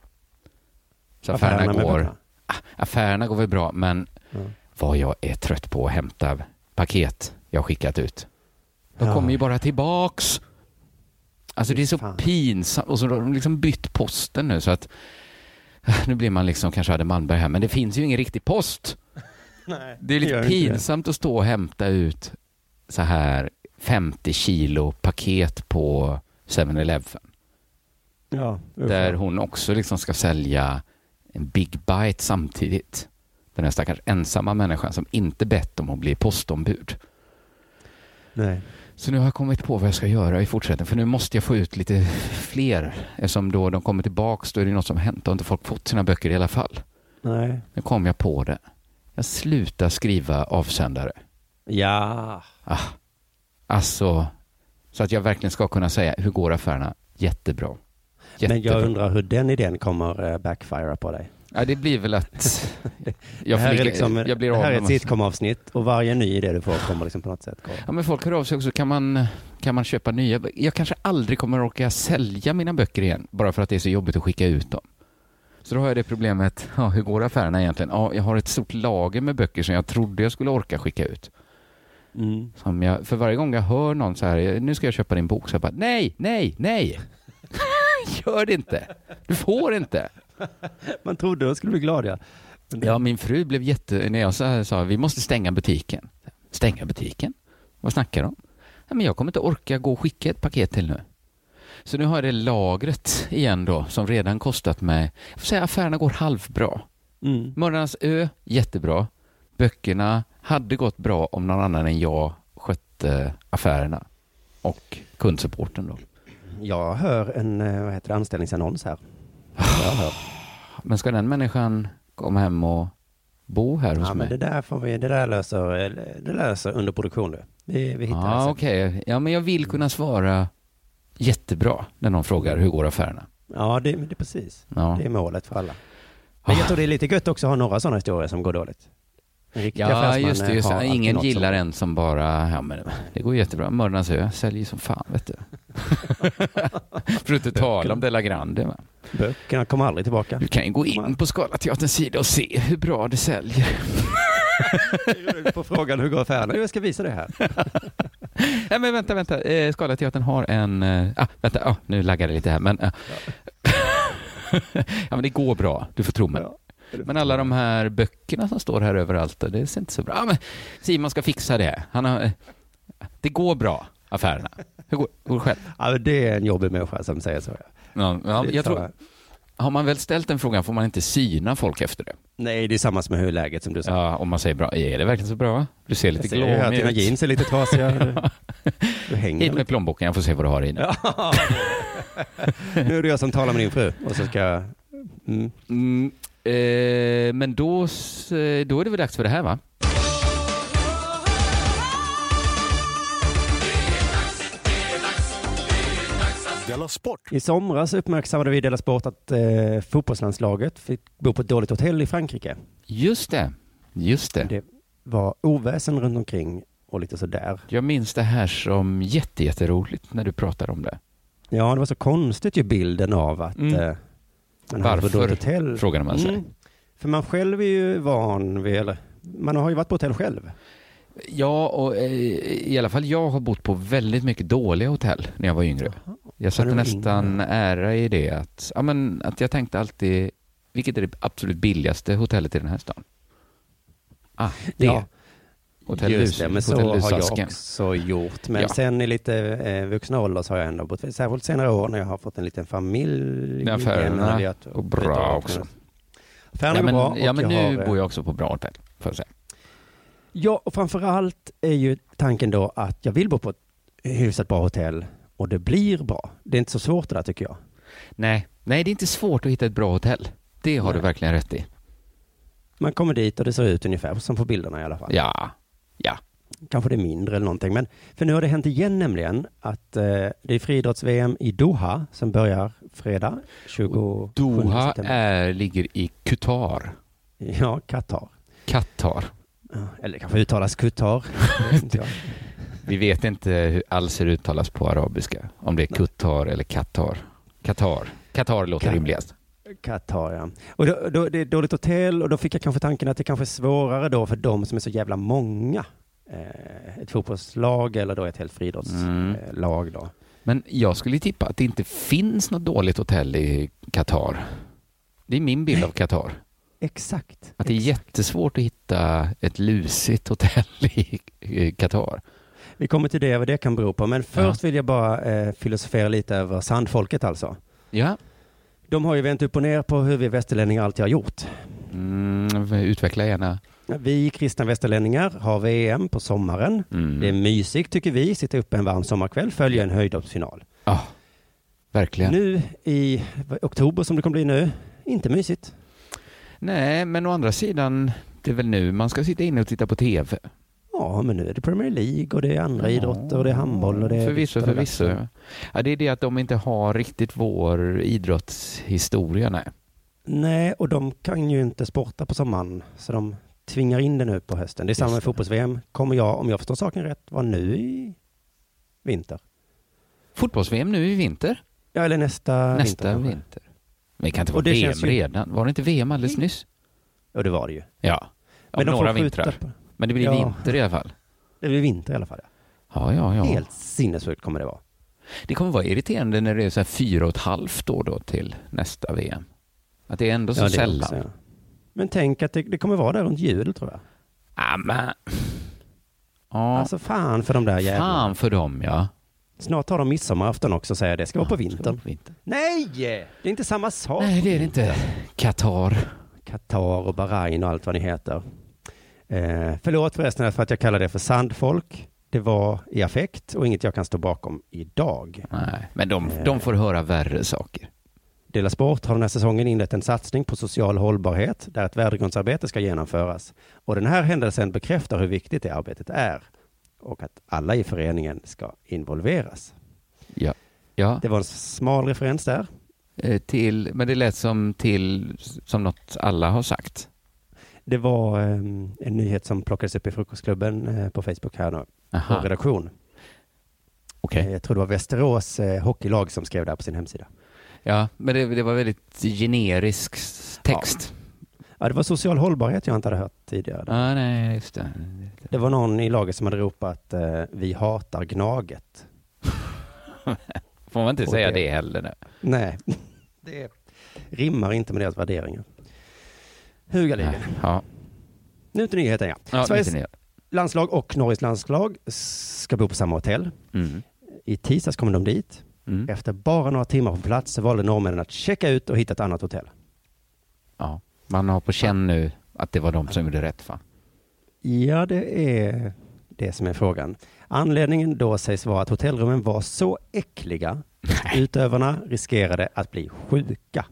[SPEAKER 8] Så affärerna,
[SPEAKER 9] med
[SPEAKER 8] går,
[SPEAKER 9] böcker.
[SPEAKER 8] Ah, affärerna går väl bra, men
[SPEAKER 9] Ja.
[SPEAKER 8] vad jag är trött på att hämta paket jag skickat ut. De
[SPEAKER 9] Ja.
[SPEAKER 8] kommer ju bara tillbaks. Alltså det är så
[SPEAKER 9] Fan.
[SPEAKER 8] pinsamt. Och så har de liksom bytt posten nu så att nu blir man liksom, kanske hade Malmberg här, men det finns ju ingen riktig post. det är lite
[SPEAKER 9] gör inte det.
[SPEAKER 8] pinsamt att stå och hämta ut så här 50 kilo paket på 7-Eleven.
[SPEAKER 9] Ja, usch.
[SPEAKER 8] Där hon också liksom ska sälja en Big Bite samtidigt. Den här stackars ensamma människan som inte bett om att bli postombud.
[SPEAKER 9] Nej.
[SPEAKER 8] Så nu har jag kommit på vad jag ska göra i fortsättningen. För nu måste jag få ut lite fler. Eftersom då de kommer tillbaks då är det något som har hänt. Då har inte folk fått sina böcker i alla fall.
[SPEAKER 9] Nej.
[SPEAKER 8] Nu kom jag på det. Jag slutar skriva avsändare.
[SPEAKER 9] Ja.
[SPEAKER 8] Alltså, så att jag verkligen ska kunna säga hur går affärerna? Jättebra.
[SPEAKER 9] Men
[SPEAKER 8] Jättebra.
[SPEAKER 9] jag undrar hur den idén kommer eh, backfira på dig.
[SPEAKER 8] Ja, det blir väl att... Jag,
[SPEAKER 9] det här
[SPEAKER 8] får
[SPEAKER 9] är,
[SPEAKER 8] ligga-
[SPEAKER 9] liksom,
[SPEAKER 8] jag blir
[SPEAKER 9] det
[SPEAKER 8] av
[SPEAKER 9] här är
[SPEAKER 8] med
[SPEAKER 9] ett
[SPEAKER 8] massa-
[SPEAKER 9] sitcom-avsnitt och varje ny idé du får kommer liksom på något sätt gå.
[SPEAKER 8] Ja, men folk hör av sig också. Kan man, kan man köpa nya? Jag kanske aldrig kommer orka sälja mina böcker igen, bara för att det är så jobbigt att skicka ut dem. Så då har jag det problemet, ja, hur går affärerna egentligen? Ja, jag har ett stort lager med böcker som jag trodde jag skulle orka skicka ut.
[SPEAKER 9] Mm.
[SPEAKER 8] Som jag, för varje gång jag hör någon så här, nu ska jag köpa din bok, så jag bara, nej, nej, nej! Gör det inte! Du får inte!
[SPEAKER 9] Man trodde de skulle bli glad ja. Men det-
[SPEAKER 8] Ja, min fru blev jätte... När jag så här sa vi måste stänga butiken. Stänga butiken? Vad snackar de om? Nej, men jag kommer inte orka gå och skicka ett paket till nu. Så nu har jag det lagret igen då, som redan kostat mig... Jag får säga affärerna går halvbra.
[SPEAKER 9] Mm.
[SPEAKER 8] Mördarnas ö, jättebra. Böckerna hade gått bra om någon annan än jag skötte affärerna och kundsupporten då.
[SPEAKER 9] Jag hör en eh, vad heter det, anställningsannons här. Jag hör.
[SPEAKER 8] Men ska den människan komma hem och bo här hos
[SPEAKER 9] Ja,
[SPEAKER 8] mig?
[SPEAKER 9] men det där, får vi, det där löser, eh, det löser under produktion du. Vi, vi hittar alltså.
[SPEAKER 8] Ja,
[SPEAKER 9] det sen.
[SPEAKER 8] Ah, okej. Ja, men jag vill kunna svara jättebra när någon frågar hur går affärerna.
[SPEAKER 9] Ja, det, men det är precis.
[SPEAKER 8] Ja. Ah.
[SPEAKER 9] Det är målet för alla. Men jag tror det är lite gött också att ha några sådana historier som går dåligt. En riktig
[SPEAKER 8] Ja,
[SPEAKER 9] affärsman,
[SPEAKER 8] just det.
[SPEAKER 9] eh,
[SPEAKER 8] Just
[SPEAKER 9] har
[SPEAKER 8] det.
[SPEAKER 9] alltid
[SPEAKER 8] Ingen
[SPEAKER 9] något som-
[SPEAKER 8] gillar en som bara, ja men det går jättebra. Mördarnas ö säljer ju som fan, vet du. För att inte tala om Della Grande. Va?
[SPEAKER 9] Böckerna kommer aldrig tillbaka.
[SPEAKER 8] Du kan ju gå in på Scalateaterns sida och se hur bra det säljer.
[SPEAKER 9] På frågan hur går affären? Jo, jag ska visa det här.
[SPEAKER 8] Nej men vänta, vänta. Eh, Scalateatern har en... eh, Ah, vänta, ah, nu laggar det lite här. Men, ah. ja men det går bra, du får tro mig.
[SPEAKER 9] Ja.
[SPEAKER 8] Men alla de här böckerna som står här överallt, det ser inte så bra. Ja, men Simon ska fixa det. Han har, eh, det går bra, affärerna. Hur går, går det själv?
[SPEAKER 9] Ja, men det är en jobbig människa som säger så. Ja.
[SPEAKER 8] Ja, ja,
[SPEAKER 9] Det
[SPEAKER 8] jag
[SPEAKER 9] tar
[SPEAKER 8] tror, har man väl ställt den frågan får man inte syna folk efter det.
[SPEAKER 9] Nej, det är samma som hur läget som du sa.
[SPEAKER 8] Ja, om man säger bra. Är det verkligen så bra? Va? Du ser lite
[SPEAKER 9] jag ser ju här att
[SPEAKER 8] glåmig
[SPEAKER 9] dina
[SPEAKER 8] ut.
[SPEAKER 9] jeans är lite trasiga. Du- Du hänger
[SPEAKER 8] Hit
[SPEAKER 9] med.
[SPEAKER 8] med plånboken, jag får se vad du har i nu.
[SPEAKER 9] Ja. nu är det jag som talar med din fru och så ska jag... Mm.
[SPEAKER 8] Mm, eh, men då, s- eh, då är det väl dags för det här va?
[SPEAKER 6] Della Sport!
[SPEAKER 9] I somras uppmärksammade vi Dela Sport att eh, fotbollslandslaget fick bo på ett dåligt hotell i Frankrike.
[SPEAKER 8] Just det. Just det.
[SPEAKER 9] Det var oväsen runt omkring och lite sådär.
[SPEAKER 8] Jag minns det här som jätte- jätteroligt när du pratar om det.
[SPEAKER 9] Ja, det var så konstigt ju bilden av att
[SPEAKER 8] Mm.
[SPEAKER 9] eh, man hade på
[SPEAKER 8] Varför?
[SPEAKER 9] dåligt hotell.
[SPEAKER 8] Frågade man sig.
[SPEAKER 9] Mm. För man själv är ju van vid, eller man har ju varit på hotell själv.
[SPEAKER 8] Ja, och eh, i alla fall jag har bott på väldigt mycket dåliga hotell när jag var yngre. Jag satte
[SPEAKER 9] var
[SPEAKER 8] nästan
[SPEAKER 9] yngre.
[SPEAKER 8] ära i det att, ja, men, att jag tänkte alltid, vilket är det absolut billigaste hotellet i den här stan? Ah, det.
[SPEAKER 9] Ja.
[SPEAKER 8] Hotell
[SPEAKER 9] Just det,
[SPEAKER 8] Lus-
[SPEAKER 9] men så
[SPEAKER 8] Hotell
[SPEAKER 9] har jag
[SPEAKER 8] Lusasken.
[SPEAKER 9] också gjort. Men
[SPEAKER 8] Ja.
[SPEAKER 9] sen i lite eh, vuxna ålder så har jag ändå bott, särskilt senare år när jag har fått en liten familj.
[SPEAKER 8] När affärerna
[SPEAKER 9] igen, när vi har-
[SPEAKER 8] går bra
[SPEAKER 9] har-
[SPEAKER 8] också.
[SPEAKER 9] Affärerna
[SPEAKER 8] Ja,
[SPEAKER 9] går
[SPEAKER 8] men,
[SPEAKER 9] bra.
[SPEAKER 8] ja,
[SPEAKER 9] och
[SPEAKER 8] men
[SPEAKER 9] jag
[SPEAKER 8] nu
[SPEAKER 9] har, eh,
[SPEAKER 8] bor jag också på bra hotell, får jag säga.
[SPEAKER 9] Ja, och framför allt är ju tanken då att jag vill bo på ett hyfsat bra hotell och det blir bra. Det är inte så svårt det där tycker jag.
[SPEAKER 8] Nej, nej, det är inte svårt att hitta ett bra hotell. Det har
[SPEAKER 9] Nej.
[SPEAKER 8] du verkligen rätt i.
[SPEAKER 9] Man kommer dit och det ser ut ungefär som på bilderna i alla fall.
[SPEAKER 8] Ja,
[SPEAKER 9] Kanske det är mindre eller någonting. Men för nu har det hänt igen nämligen att eh, det är friidrotts-VM i Doha som börjar fredag 27
[SPEAKER 8] Doha
[SPEAKER 9] september.
[SPEAKER 8] är, ligger i Qatar.
[SPEAKER 9] Ja, Qatar.
[SPEAKER 8] Qatar.
[SPEAKER 9] Ja, Eller det kanske uttalas Qatar. Jag vet inte jag.
[SPEAKER 8] Vi vet inte hur alls hur det uttalas på arabiska. Om det är Qatar eller Qatar. Qatar. Qatar låter
[SPEAKER 9] Ka-
[SPEAKER 8] rimligast.
[SPEAKER 9] Qatar, ja. Och då, då, det är ett dåligt hotell och då fick jag kanske tanken att det kanske är svårare då för de som är så jävla många. Eh, ett fotbollslag eller då ett helt
[SPEAKER 8] Mm.
[SPEAKER 9] friidrottslag då.
[SPEAKER 8] Men jag skulle tippa att det inte finns något dåligt hotell i Qatar. Det är min bild av Qatar.
[SPEAKER 9] Exakt.
[SPEAKER 8] Att det är jättesvårt att hitta ett lusigt hotell i- i Qatar.
[SPEAKER 9] Vi kommer till det, vad det kan bero på. Men först vill jag bara eh, filosofera lite över sandfolket alltså.
[SPEAKER 8] Ja,
[SPEAKER 9] De har ju vänt upp och ner på hur vi västerlänningar alltid har gjort.
[SPEAKER 8] mm, utveckla gärna.
[SPEAKER 9] Vi kristna västerlänningar har VM på sommaren.
[SPEAKER 8] Mm.
[SPEAKER 9] Det är mysigt tycker vi, sitta uppe en varm sommarkväll, följa en höjdhoppsfinal.
[SPEAKER 8] Ja, verkligen.
[SPEAKER 9] Nu i oktober som det kommer bli nu, inte mysigt.
[SPEAKER 8] Nej, men å andra sidan, det är väl nu man ska sitta inne och titta på tv.
[SPEAKER 9] Ja, men nu är det Premier League och det är andra idrotter och det är handboll och det är...
[SPEAKER 8] Förvisso,
[SPEAKER 9] ditt och det
[SPEAKER 8] förvisso.
[SPEAKER 9] där.
[SPEAKER 8] Ja, det är det att de inte har riktigt vår idrottshistoria, nej.
[SPEAKER 9] Nej, och de kan ju inte sporta på sommaren, så de tvingar in det nu på hösten. Det är samma
[SPEAKER 8] Just
[SPEAKER 9] med
[SPEAKER 8] det.
[SPEAKER 9] fotbolls-VM. Kommer jag, om jag förstår saken rätt, vara nu i vinter?
[SPEAKER 8] Fotbolls-VM nu i vinter?
[SPEAKER 9] Ja, eller nästa, vinter.
[SPEAKER 8] Nästa
[SPEAKER 9] kanske.
[SPEAKER 8] vinter. Men det kan inte
[SPEAKER 9] Och
[SPEAKER 8] vara
[SPEAKER 9] det
[SPEAKER 8] VM
[SPEAKER 9] känns ju-
[SPEAKER 8] redan. Var det inte VM alldeles nyss?
[SPEAKER 9] Ja, det var det ju.
[SPEAKER 8] Ja, om några vintrar.
[SPEAKER 9] på-
[SPEAKER 8] Men det blir
[SPEAKER 9] Ja.
[SPEAKER 8] vinter i alla fall.
[SPEAKER 9] Det blir vinter i alla fall. Ja.
[SPEAKER 8] Ja, ja, ja.
[SPEAKER 9] Helt sinnessjukt kommer det vara.
[SPEAKER 8] Det kommer vara irriterande när det är så här fyra och ett halvt år då till nästa VM. Att det är ändå så
[SPEAKER 9] Ja, det
[SPEAKER 8] sällan.
[SPEAKER 9] också, ja. Men tänk att det, det kommer vara där runt jul tror jag.
[SPEAKER 8] Ah, men... Ja,
[SPEAKER 9] Alltså fan för de där jävlarna.
[SPEAKER 8] fan för dem ja.
[SPEAKER 9] Snart har de midsommarafton också säger jag. det ska vara på vintern.
[SPEAKER 8] Vinter.
[SPEAKER 9] Nej! Det är inte samma sak.
[SPEAKER 8] Nej, det är det inte. Qatar.
[SPEAKER 9] Qatar och Bahrain och allt vad ni heter. Eh, förlåt förresten för att jag kallar det för sandfolk. Det var i affekt och inget jag kan stå bakom idag.
[SPEAKER 8] Nej, men de, de får höra värre saker.
[SPEAKER 9] Dela Sport har den här säsongen inlett en satsning på social hållbarhet där ett värdegrundsarbete ska genomföras. Och den här händelsen bekräftar hur viktigt det arbetet är och att alla i föreningen ska involveras.
[SPEAKER 8] Ja. ja.
[SPEAKER 9] Det var en smal referens där.
[SPEAKER 8] Eh, Till, men det lät som till som något alla har sagt.
[SPEAKER 9] Det var eh, en nyhet som plockades upp i Frukostklubben eh, på Facebook här nu, på
[SPEAKER 8] Aha,
[SPEAKER 9] redaktion.
[SPEAKER 8] okej.
[SPEAKER 9] Eh, Jag tror det var Västerås eh, hockeylag som skrev det här på sin hemsida.
[SPEAKER 8] Ja, men det, det var väldigt generisk s- text.
[SPEAKER 9] Ja, det var social hållbarhet jag inte hade hört tidigare.
[SPEAKER 8] Ja, nej, just det.
[SPEAKER 9] Det var någon i laget som hade ropat eh, vi hatar Gnaget.
[SPEAKER 8] Får man inte
[SPEAKER 9] Och
[SPEAKER 8] säga
[SPEAKER 9] det-
[SPEAKER 8] det, heller nu?
[SPEAKER 9] Nej, det rimmar inte med deras värderingar. Hugaligen.
[SPEAKER 8] Nej, Ja,
[SPEAKER 9] Nu till nyheten ja.
[SPEAKER 8] ja
[SPEAKER 9] Sveriges
[SPEAKER 8] lite ner.
[SPEAKER 9] landslag och Norges landslag ska bo på samma hotell.
[SPEAKER 8] Mm.
[SPEAKER 9] I tisdags kom de dit.
[SPEAKER 8] Mm.
[SPEAKER 9] Efter bara några timmar på plats så valde norrmännen att checka ut och hitta ett annat hotell.
[SPEAKER 8] Ja. Man har på känn nu att det var de som gjorde rätt va?
[SPEAKER 9] Ja, det är det som är frågan. Anledningen då sägs vara att hotellrummen var så äckliga att utövarna riskerade att bli sjuka.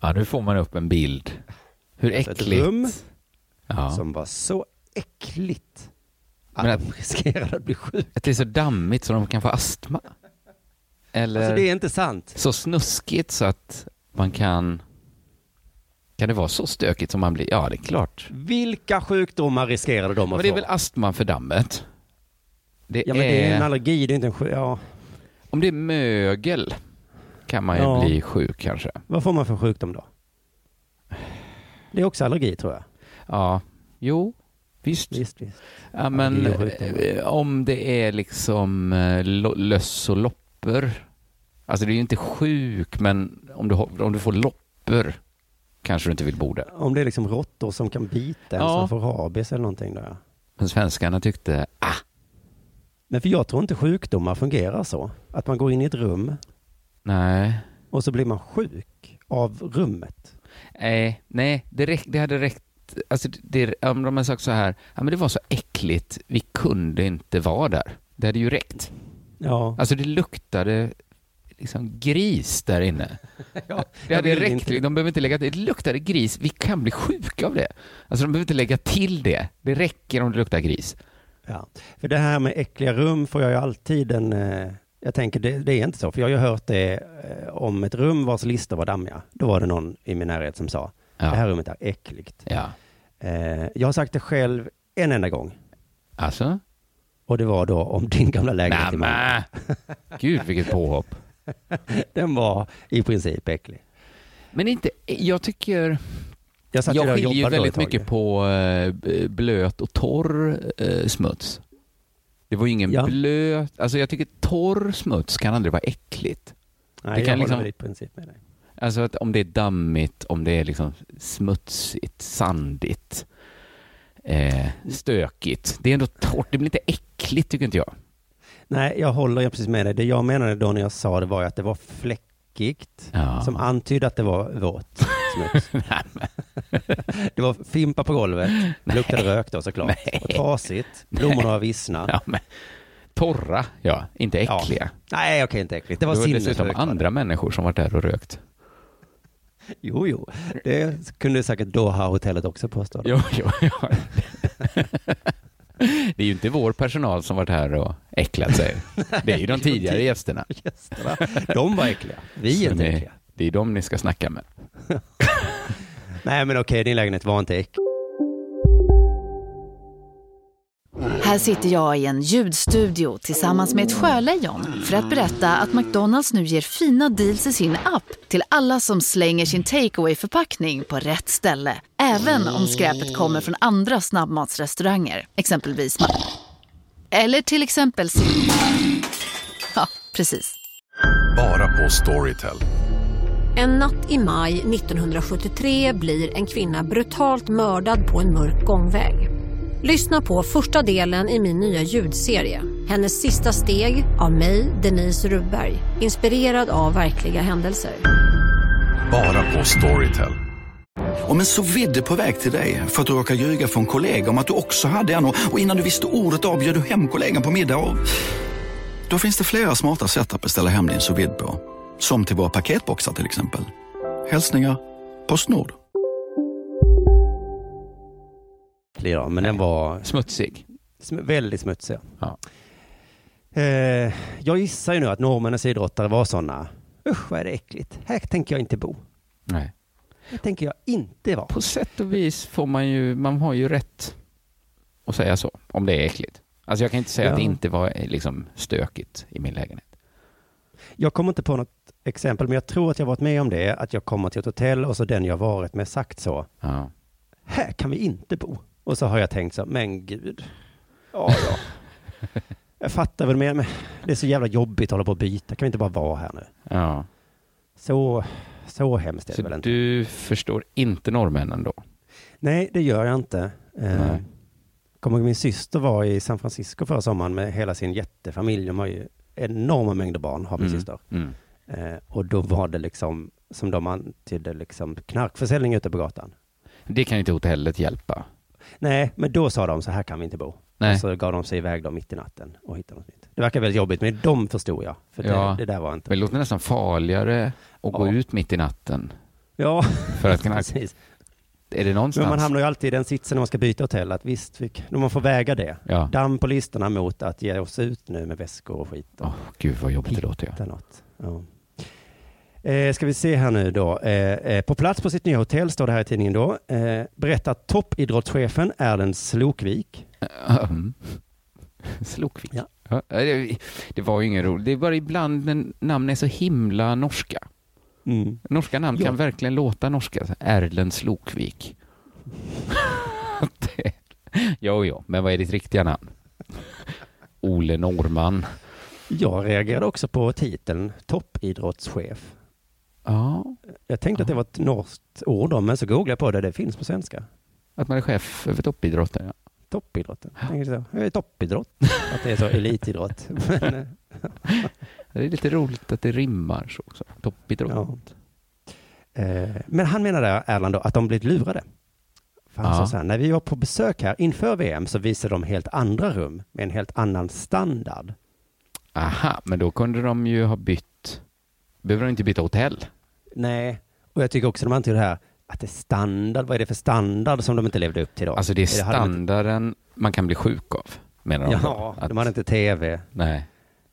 [SPEAKER 8] Ja, nu får man upp en bild. Hur
[SPEAKER 9] Alltså ett
[SPEAKER 8] äckligt.
[SPEAKER 9] rum
[SPEAKER 8] ja.
[SPEAKER 9] som var så äckligt att,
[SPEAKER 8] Men att-
[SPEAKER 9] de riskerade att bli sjuka.
[SPEAKER 8] Att det är så dammigt så de kan få astma. Eller
[SPEAKER 9] Alltså det är inte sant.
[SPEAKER 8] så snuskigt så att man kan... Kan det vara så stökigt som man blir? Ja, det är klart.
[SPEAKER 9] Vilka sjukdomar riskerade de att
[SPEAKER 8] Men det är
[SPEAKER 9] få?
[SPEAKER 8] väl Eh. astma för dammet? Det
[SPEAKER 9] Ja, men det är
[SPEAKER 8] är-
[SPEAKER 9] en allergi, det är inte en sjuk... Ja,
[SPEAKER 8] Om det är mögel kan man ju
[SPEAKER 9] Ja.
[SPEAKER 8] bli sjuk kanske.
[SPEAKER 9] vad får man för sjukdom då? Det är också allergi tror jag.
[SPEAKER 8] Ja, jo, visst.
[SPEAKER 9] Visst, visst.
[SPEAKER 8] Ja, men
[SPEAKER 9] Allergi och sjukdom.
[SPEAKER 8] eh, om det är liksom eh, lo- löss och loppor. Alltså det är ju inte sjuk, men om du, ho- om du får loppor kanske du inte vill bo där.
[SPEAKER 9] Om det är liksom råttor som kan bita en
[SPEAKER 8] Ja.
[SPEAKER 9] som får rabies eller någonting där.
[SPEAKER 8] Men svenskarna tyckte, ah,
[SPEAKER 9] Men för jag tror inte sjukdomar fungerar så. Att man går in i ett rum
[SPEAKER 8] nej,
[SPEAKER 9] och så blir man sjuk av rummet.
[SPEAKER 8] nej, Eh, nej det, räck, det hade räckt. Alltså det, det- om de hade sagt så här, ja men det var så äckligt, vi kunde inte vara där. Det hade ju räckt.
[SPEAKER 9] Ja,
[SPEAKER 8] Alltså det luktade liksom gris där inne. det
[SPEAKER 9] jag
[SPEAKER 8] hade
[SPEAKER 9] vill
[SPEAKER 8] räckt.
[SPEAKER 9] inte.
[SPEAKER 8] De behöver inte lägga till. Det luktade gris. Vi kan bli sjuka av det. Alltså de behöver inte lägga till det. Det räcker om det luktar gris.
[SPEAKER 9] ja. För det här med äckliga rum får jag ju alltid en... eh, Jag tänker, det, det är inte så. För jag har ju hört det eh, om ett rum vars listor var dammiga. Då var det någon i min närhet som sa,
[SPEAKER 8] Ja.
[SPEAKER 9] det här rummet är äckligt.
[SPEAKER 8] Ja.
[SPEAKER 9] Eh, Jag har sagt det själv en enda gång.
[SPEAKER 8] Alltså?
[SPEAKER 9] Och det var då om din gamla lägenhet i Malmö.
[SPEAKER 8] Nämen! Gud vilket påhopp.
[SPEAKER 9] Den var i princip äcklig.
[SPEAKER 8] Men inte, jag tycker,
[SPEAKER 9] Jag, satt
[SPEAKER 8] jag
[SPEAKER 9] där och
[SPEAKER 8] skiljer ju
[SPEAKER 9] jobbade då
[SPEAKER 8] väldigt
[SPEAKER 9] ett tag.
[SPEAKER 8] mycket på eh, b- blöt och torr eh, smuts. Det var ju ingen
[SPEAKER 9] Ja.
[SPEAKER 8] blöt, alltså jag tycker torr smuts kan aldrig vara äckligt.
[SPEAKER 9] Nej,
[SPEAKER 8] det
[SPEAKER 9] jag
[SPEAKER 8] kan
[SPEAKER 9] håller
[SPEAKER 8] liksom-
[SPEAKER 9] väl i princip med dig.
[SPEAKER 8] Alltså att om det är dammigt, om det är liksom smutsigt, sandigt, eh, stökigt. Det är ändå torrt, det blir inte äckligt tycker inte jag.
[SPEAKER 9] Nej, jag håller ju precis med dig. Det jag menade då när jag sa det var ju att det var fläckigt.
[SPEAKER 8] Ja.
[SPEAKER 9] Som antydde att det var våt smuts. det var fimpar på golvet, luktade rök då såklart. Och trasigt, blommorna var vissna.
[SPEAKER 8] Ja, men, torra, ja, inte
[SPEAKER 9] Ja.
[SPEAKER 8] äckliga.
[SPEAKER 9] Nej, okej, inte äckligt. Det var,
[SPEAKER 8] det var
[SPEAKER 9] sinnessjukt.
[SPEAKER 8] dessutom
[SPEAKER 9] var det.
[SPEAKER 8] andra människor som varit där och rökt.
[SPEAKER 9] Jo, jo. Det kunde säkert Doha-hotellet också påstå. då.
[SPEAKER 8] Jo, jo, ja. Det är ju inte vår personal som varit här och äcklat sig. Det är ju de tidigare gästerna.
[SPEAKER 9] Gästerna, de var äckliga. Vi är
[SPEAKER 8] Så
[SPEAKER 9] inte
[SPEAKER 8] ni-
[SPEAKER 9] äckliga.
[SPEAKER 8] Det är de ni ska snacka med.
[SPEAKER 9] Nej, men okej, din lägenhet var inte äcklig.
[SPEAKER 10] Här sitter jag i en ljudstudio tillsammans med ett sjölejon för att berätta att McDonalds nu ger fina deals i sin app till alla som slänger sin takeaway förpackning på rätt ställe. Även om skräpet kommer från andra snabbmatsrestauranger, exempelvis Ma- Eller till exempel Sim- Ja, precis.
[SPEAKER 6] Bara på Storytel.
[SPEAKER 4] En natt i maj 1973 blir en kvinna brutalt mördad på en mörk gångväg. Lyssna på första delen i min nya ljudserie. Hennes sista steg av mig, Denise Rubberg. Inspirerad av verkliga händelser.
[SPEAKER 6] Bara på Storytel.
[SPEAKER 11] Om en så vidde på väg till dig för att du råkar ljuga från kollega om att du också hade en och och innan du visste ordet av bjöd du hem kollegan på middag och... Då finns det flera smarta sätt att beställa hem din sous vide på. Som till våra paketboxar till exempel. Hälsningar Postnord.
[SPEAKER 9] Ja, men den var
[SPEAKER 8] Smutsig.
[SPEAKER 9] Sm- väldigt smutsiga.
[SPEAKER 8] Ja.
[SPEAKER 9] Eh, jag gissar ju nu att norrmännens idrottare var sådana. Usch, vad är det äckligt. Här tänker jag inte bo.
[SPEAKER 8] Nej.
[SPEAKER 9] Här tänker jag inte vara.
[SPEAKER 8] på sätt och vis får man ju, man har ju rätt att säga så, om det är äckligt. Alltså jag kan inte säga
[SPEAKER 9] Ja.
[SPEAKER 8] att det inte var eh, liksom stökigt i min lägenhet.
[SPEAKER 9] Jag kommer inte på något exempel, men jag tror att jag varit med om det. Att jag kommer till ett hotell och så den jag varit med sagt så.
[SPEAKER 8] Ja.
[SPEAKER 9] Här kan vi inte bo. Och så har jag tänkt så, men gud. Ja, ja. jag fattar väl mer, men det är så jävla jobbigt att hålla på och byta. Kan vi inte bara vara här nu?
[SPEAKER 8] ja.
[SPEAKER 9] Så, så hemskt är det
[SPEAKER 8] Så
[SPEAKER 9] väl inte.
[SPEAKER 8] du förstår inte norrmännen då?
[SPEAKER 9] Nej, det gör jag inte. Eh,
[SPEAKER 8] Nej.
[SPEAKER 9] Kommer ihåg min syster var i San Francisco förra sommaren med hela sin jättefamilj. De har ju enorma mängder barn, har min syster.
[SPEAKER 8] Mm.
[SPEAKER 9] Eh, och då var det liksom som de antydde liksom knarkförsäljning ute på gatan.
[SPEAKER 8] Det kan ju inte hotellet hjälpa.
[SPEAKER 9] Nej, men då sa de så här kan vi inte bo.
[SPEAKER 8] Nej.
[SPEAKER 9] Och så gav de sig iväg då mitt i natten och hittade något nytt. Det verkar väldigt jobbigt, men de förstod jag. För
[SPEAKER 8] Ja.
[SPEAKER 9] det, det där var inte...
[SPEAKER 8] Men det låter nästan farligare att gå ut mitt i natten.
[SPEAKER 9] Ja,
[SPEAKER 8] För att kunna...
[SPEAKER 9] precis.
[SPEAKER 8] Är det någonstans?
[SPEAKER 9] Men man hamnar ju alltid i den sitsen när man ska byta hotell, att visst, vi, när man får väga det.
[SPEAKER 8] Ja.
[SPEAKER 9] Damm på listorna mot att ge oss ut nu med väskor och skit.
[SPEAKER 8] Åh, Gud vad jobbigt det låter.
[SPEAKER 9] Ja. Eh, ska vi se här nu då. Eh, eh, på plats på sitt nya hotell, står det här i tidningen då, eh, berättar att toppidrottschefen Erlend Slokvik.
[SPEAKER 8] Slokvik? Ja. Mm. Ja, det, det var ju ingen roligt. Det är bara ibland när namn är så himla norska.
[SPEAKER 9] Mm.
[SPEAKER 8] Norska namn
[SPEAKER 9] Ja.
[SPEAKER 8] kan verkligen låta norska. Erlend Slokvik. det, jo, jo, men vad är ditt riktiga namn? Ole Norman.
[SPEAKER 9] Jag reagerade också på titeln toppidrottschef.
[SPEAKER 8] Ja.
[SPEAKER 9] Jag tänkte att det var ett norskt ord då, men så googlade jag på det, det finns på svenska.
[SPEAKER 8] Att man är chef över toppidrotten. Ja.
[SPEAKER 9] Toppidrotten. Jag tänkte så, jag är toppidrott. Att det är så elitidrott. Men, eh,
[SPEAKER 8] Det är lite roligt att det rimmar så också. Toppidrott.
[SPEAKER 9] Eh, Men han menar där, Erland, då, att de blivit lurade. För han
[SPEAKER 8] Ja.
[SPEAKER 9] sa så här, när vi var på besök här inför VM så visade de helt andra rum med en helt annan standard.
[SPEAKER 8] Aha, men då kunde de ju ha bytt. Behöver de inte byta hotell?
[SPEAKER 9] Nej, och jag tycker också de antyder här att det är standard, vad är det för standard som de inte levde upp till då?
[SPEAKER 8] Alltså det är
[SPEAKER 9] hade de inte-
[SPEAKER 8] standarden man kan bli sjuk av, menar de.
[SPEAKER 9] Ja,
[SPEAKER 8] Att-
[SPEAKER 9] de hade inte tv,
[SPEAKER 8] Nej,